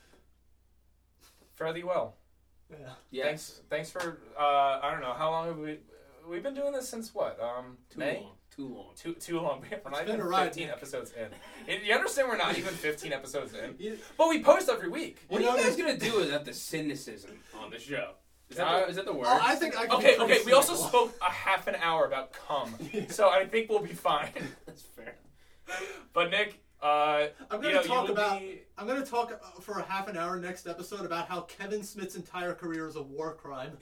Fare thee well. Yeah. Yes. Thanks thanks for uh I don't know, how long have we we've been doing this since what? Um Too May? long. Too long. Too too long. We're not been even a ride, fifteen Nick. episodes in. You understand we're not even fifteen episodes in. You- But we post every week. What You are you know, guys this- gonna do about the cynicism on the show? Is that, Uh, the, is that the word? Oh, I think I. Could Okay, be okay. We also cynical. spoke a half an hour about cum, so I think we'll be fine. That's fair. But Nick, uh, I'm you gonna know, you talk will about. be. I'm gonna talk uh, for a half an hour next episode about how Kevin Smith's entire career is a war crime.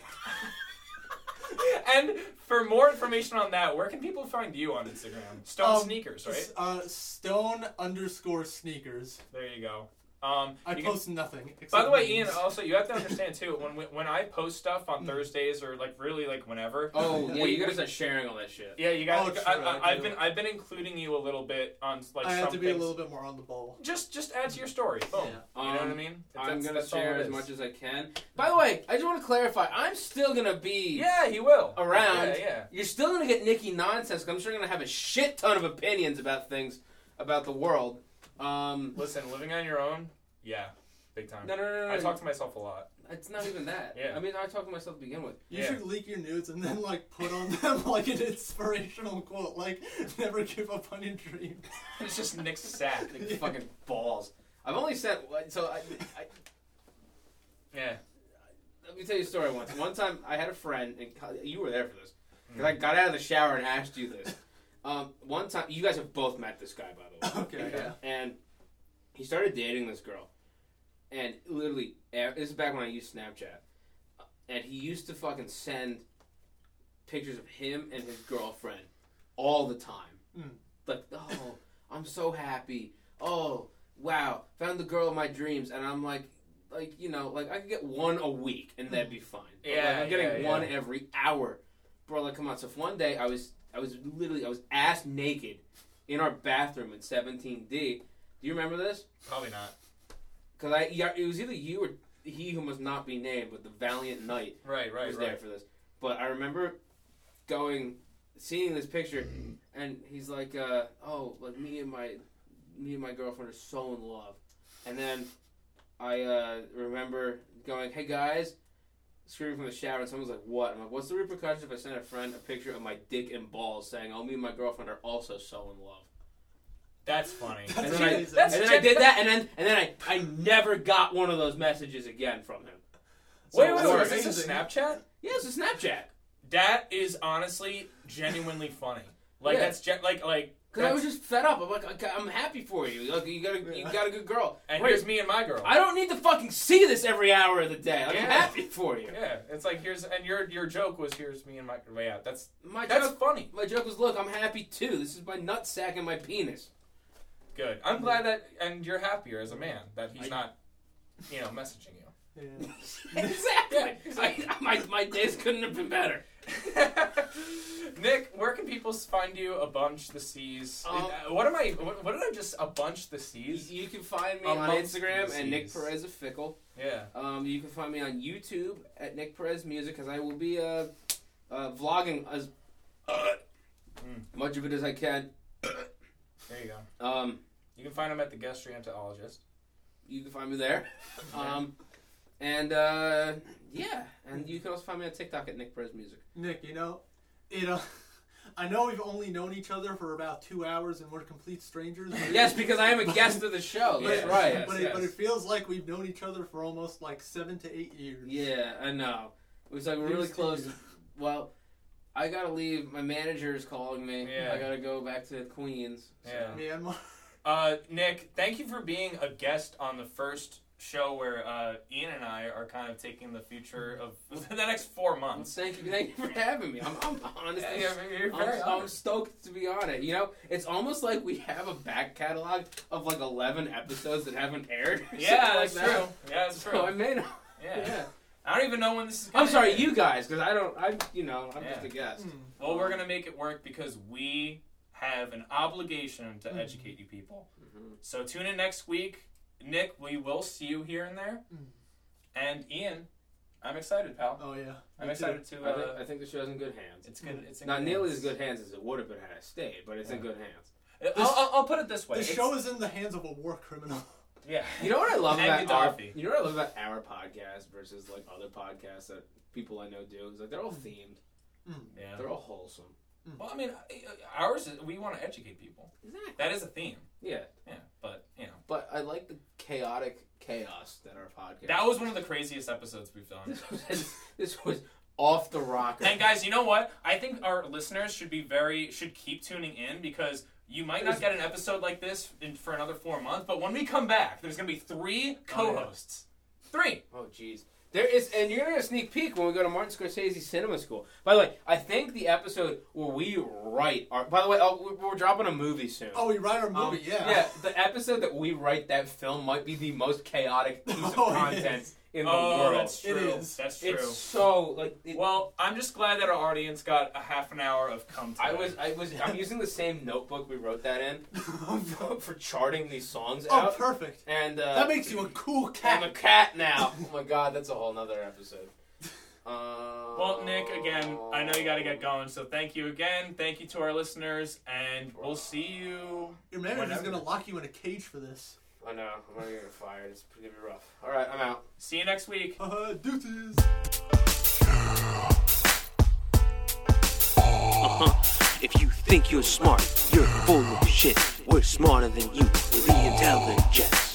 And for more information on that, where can people find you on Instagram? Stone Um, Sneakers, right? Uh, Stone underscore sneakers. There you go. Um, I you can- post nothing. Except by the way, Ian, memes. also you have to understand too when we, when I post stuff on Thursdays or like really like whenever. Oh, Yeah, we- you gotta start sharing all that shit. Yeah, you guys. Oh, sure, I, I I, I've do. been I've been including you a little bit on like I some have to be a things. Oh. little bit more on the ball. Just just add to your story. Boom. Yeah. You know what I Um, mean? I'm That's- gonna that's all share it as is. much as I can. By the way, I just want to clarify. I'm still gonna be. Yeah, he will. Around. Yeah, yeah. You're still gonna get Nikki nonsense. 'cause I'm sure gonna have a shit ton of opinions about things, about the world. Um, Listen, living on your own. Yeah, big time. no, no, no, no. I no, talk to myself a lot. It's not even that. Yeah. I mean, I talk to myself to begin with. You Yeah. should leak your nudes and then like put on them like an inspirational quote, like "Never give up on your dream." It's just Nick's sack. Like, Fucking balls. I've only sent. So I, I, Yeah. Let me tell you a story once. One time, I had a friend, and co- you were there for this, because I Mm. got out of the shower and asked you this. Um, one time, you guys have both met this guy, by the way. Okay, yeah. And he started dating this girl, and literally, eh, this is back when I used Snapchat, and he used to fucking send pictures of him and his girlfriend all the time. Mm. Like, oh, I'm so happy. Oh, wow, found the girl of my dreams, and I'm like, like you know, like I could get one a week, and that'd be fine. But, like, Yeah, I'm getting yeah, one yeah. every hour, bro. Like, come on. So if one day I was, I was literally, I was ass naked in our bathroom in 17D. Do you remember this? Probably not. Because I, yeah, it was either you or he who must not be named, but the valiant knight Right, right, was there right. for this. But I remember going, seeing this picture, and he's like, uh, "Oh, like me and my, me and my girlfriend are so in love." And then I uh, remember going, "Hey guys," screaming from the shower, and someone's like, "What?" I'm like, "What's the repercussions if I send a friend a picture of my dick and balls, saying, oh, me and my girlfriend are also so in love?'" That's funny. That's then I- amazing. that's- And then I did that, and then and then I, I never got one of those messages again from him. wait, wait, So wait. it's Is this a Snapchat? Yeah, it's a Snapchat. That is honestly genuinely funny. Like Yeah. that's gen- like like. Cause I was that's- just fed up. I'm like, okay, I'm happy for you. Look, you got a, you got a good girl. and Great. here's me and my girl. I don't need to fucking see this every hour of the day. Like, I'm Yeah. happy for you. yeah, it's like here's and your your joke was here's me and my way out. That's My that's joke, funny. my joke was, look, I'm happy too. This is my nut sack and my penis. Good. I'm glad that and you're happier as a man that he's Mm. I- not, you know, messaging you. Yeah. exactly. Yeah, exactly. I- my my days couldn't have been better. Nick, where can people find you? A bunch the C's. Um, Uh, what am I? What, what did I just? A bunch the You, C's. you can find me on Amongst Instagram the at Nick seas. Perez of Fickle. Yeah. Um, you can find me on YouTube at Nick Perez Music because I will be uh, uh vlogging as uh, Mm. much of it as I can. There you go. Um, You can find him at the gastroenterologist. you can find me there. Um, and uh, yeah, and you can also find me on TikTok at Nick Perez Music. Nick, you know, it. Uh, I know we've only known each other for about two hours and we're complete strangers. but it- Yes, because I am a guest of the show. but, That's Yes, right. yes. But, It, but it feels like we've known each other for almost like seven to eight years. Yeah, I know. It was like we're really Here's to close. you. Well, I gotta leave. My manager is calling me. Yeah. I gotta go back to Queens. so- Yeah. Myanmar. Uh, Nick, thank you for being a guest on the first show where uh, Ian and I are kind of taking the future of the next four Well, months. thank you, thank you for having me. I'm, I'm honestly, Yeah, you're- you're I'm, very I'm honest. stoked to be on it. You know, it's almost like we have a back catalog of like 11 episodes that haven't aired. or something Yeah, like that's that. true. Yeah, that's So I true. may not Yeah. Yeah. I don't even know when this is. Gonna I'm sorry, end. you guys, because I don't. I, you know, I'm just Yeah. Hmm. a guest. Well, we're gonna make it work because we have an obligation Hmm. to educate you people. Mm-hmm. So tune in next week, Nick. We will see you here and there, Mm. and Ian. I'm excited, pal. Oh yeah. I'm Me excited to. I, think, Uh, I think the show's in good hands. it's good. It's in Not good nearly as hands. good hands as it would have been had I stayed, but it's in Yeah. good hands. I'll, I'll, I'll put it this way. The It's- show is in the hands of a war criminal. Yeah. You know what I love Thank about our, you, Darby. you know what I love about our podcast versus like other podcasts that people I know do is like they're all Mm-hmm. themed, Yeah. they're all wholesome. Well, I mean, ours. Is, we want to educate people. Exactly. That is a theme. Yeah, Yeah, but you know, but I like the chaotic chaos that our podcast. that was one of the craziest episodes we've done. this was, this was off the rocker. And guys, you know what? I think our listeners should be very should keep tuning in because you might not get an episode like this in, for another four months. But when we come back, there's gonna be three co-hosts. Three. Oh jeez. There is, and you're gonna get a sneak peek when we go to Martin Scorsese Cinema School. By the way, I think the episode where we write our. By the way, oh, we're, we're dropping a movie soon. Oh, we write our movie, Um, yeah. Yeah, the episode that we write that film might be the most chaotic piece of Oh, it content is. in the oh, world. that's true. It is. That's true. It's so like. It, well, I'm just glad that our audience got a half an hour of come. I time. was, I was, I'm using the same notebook we wrote that in for charting these songs Oh, out, perfect. and uh, That makes you a cool cat. I'm a cat now. oh my god, that's a whole nother episode. Um, Well, Nick, again, I know you got to get going, so thank you again. Thank you to our listeners, and we'll see you. Your manager's Whatever. gonna lock you in a cage for this. I know. I'm gonna get fired. It's gonna be rough. All right, I'm out. See you next week. Uh, deuces. If you think you're smart, you're full of shit. We're smarter than you. We're the intelligence.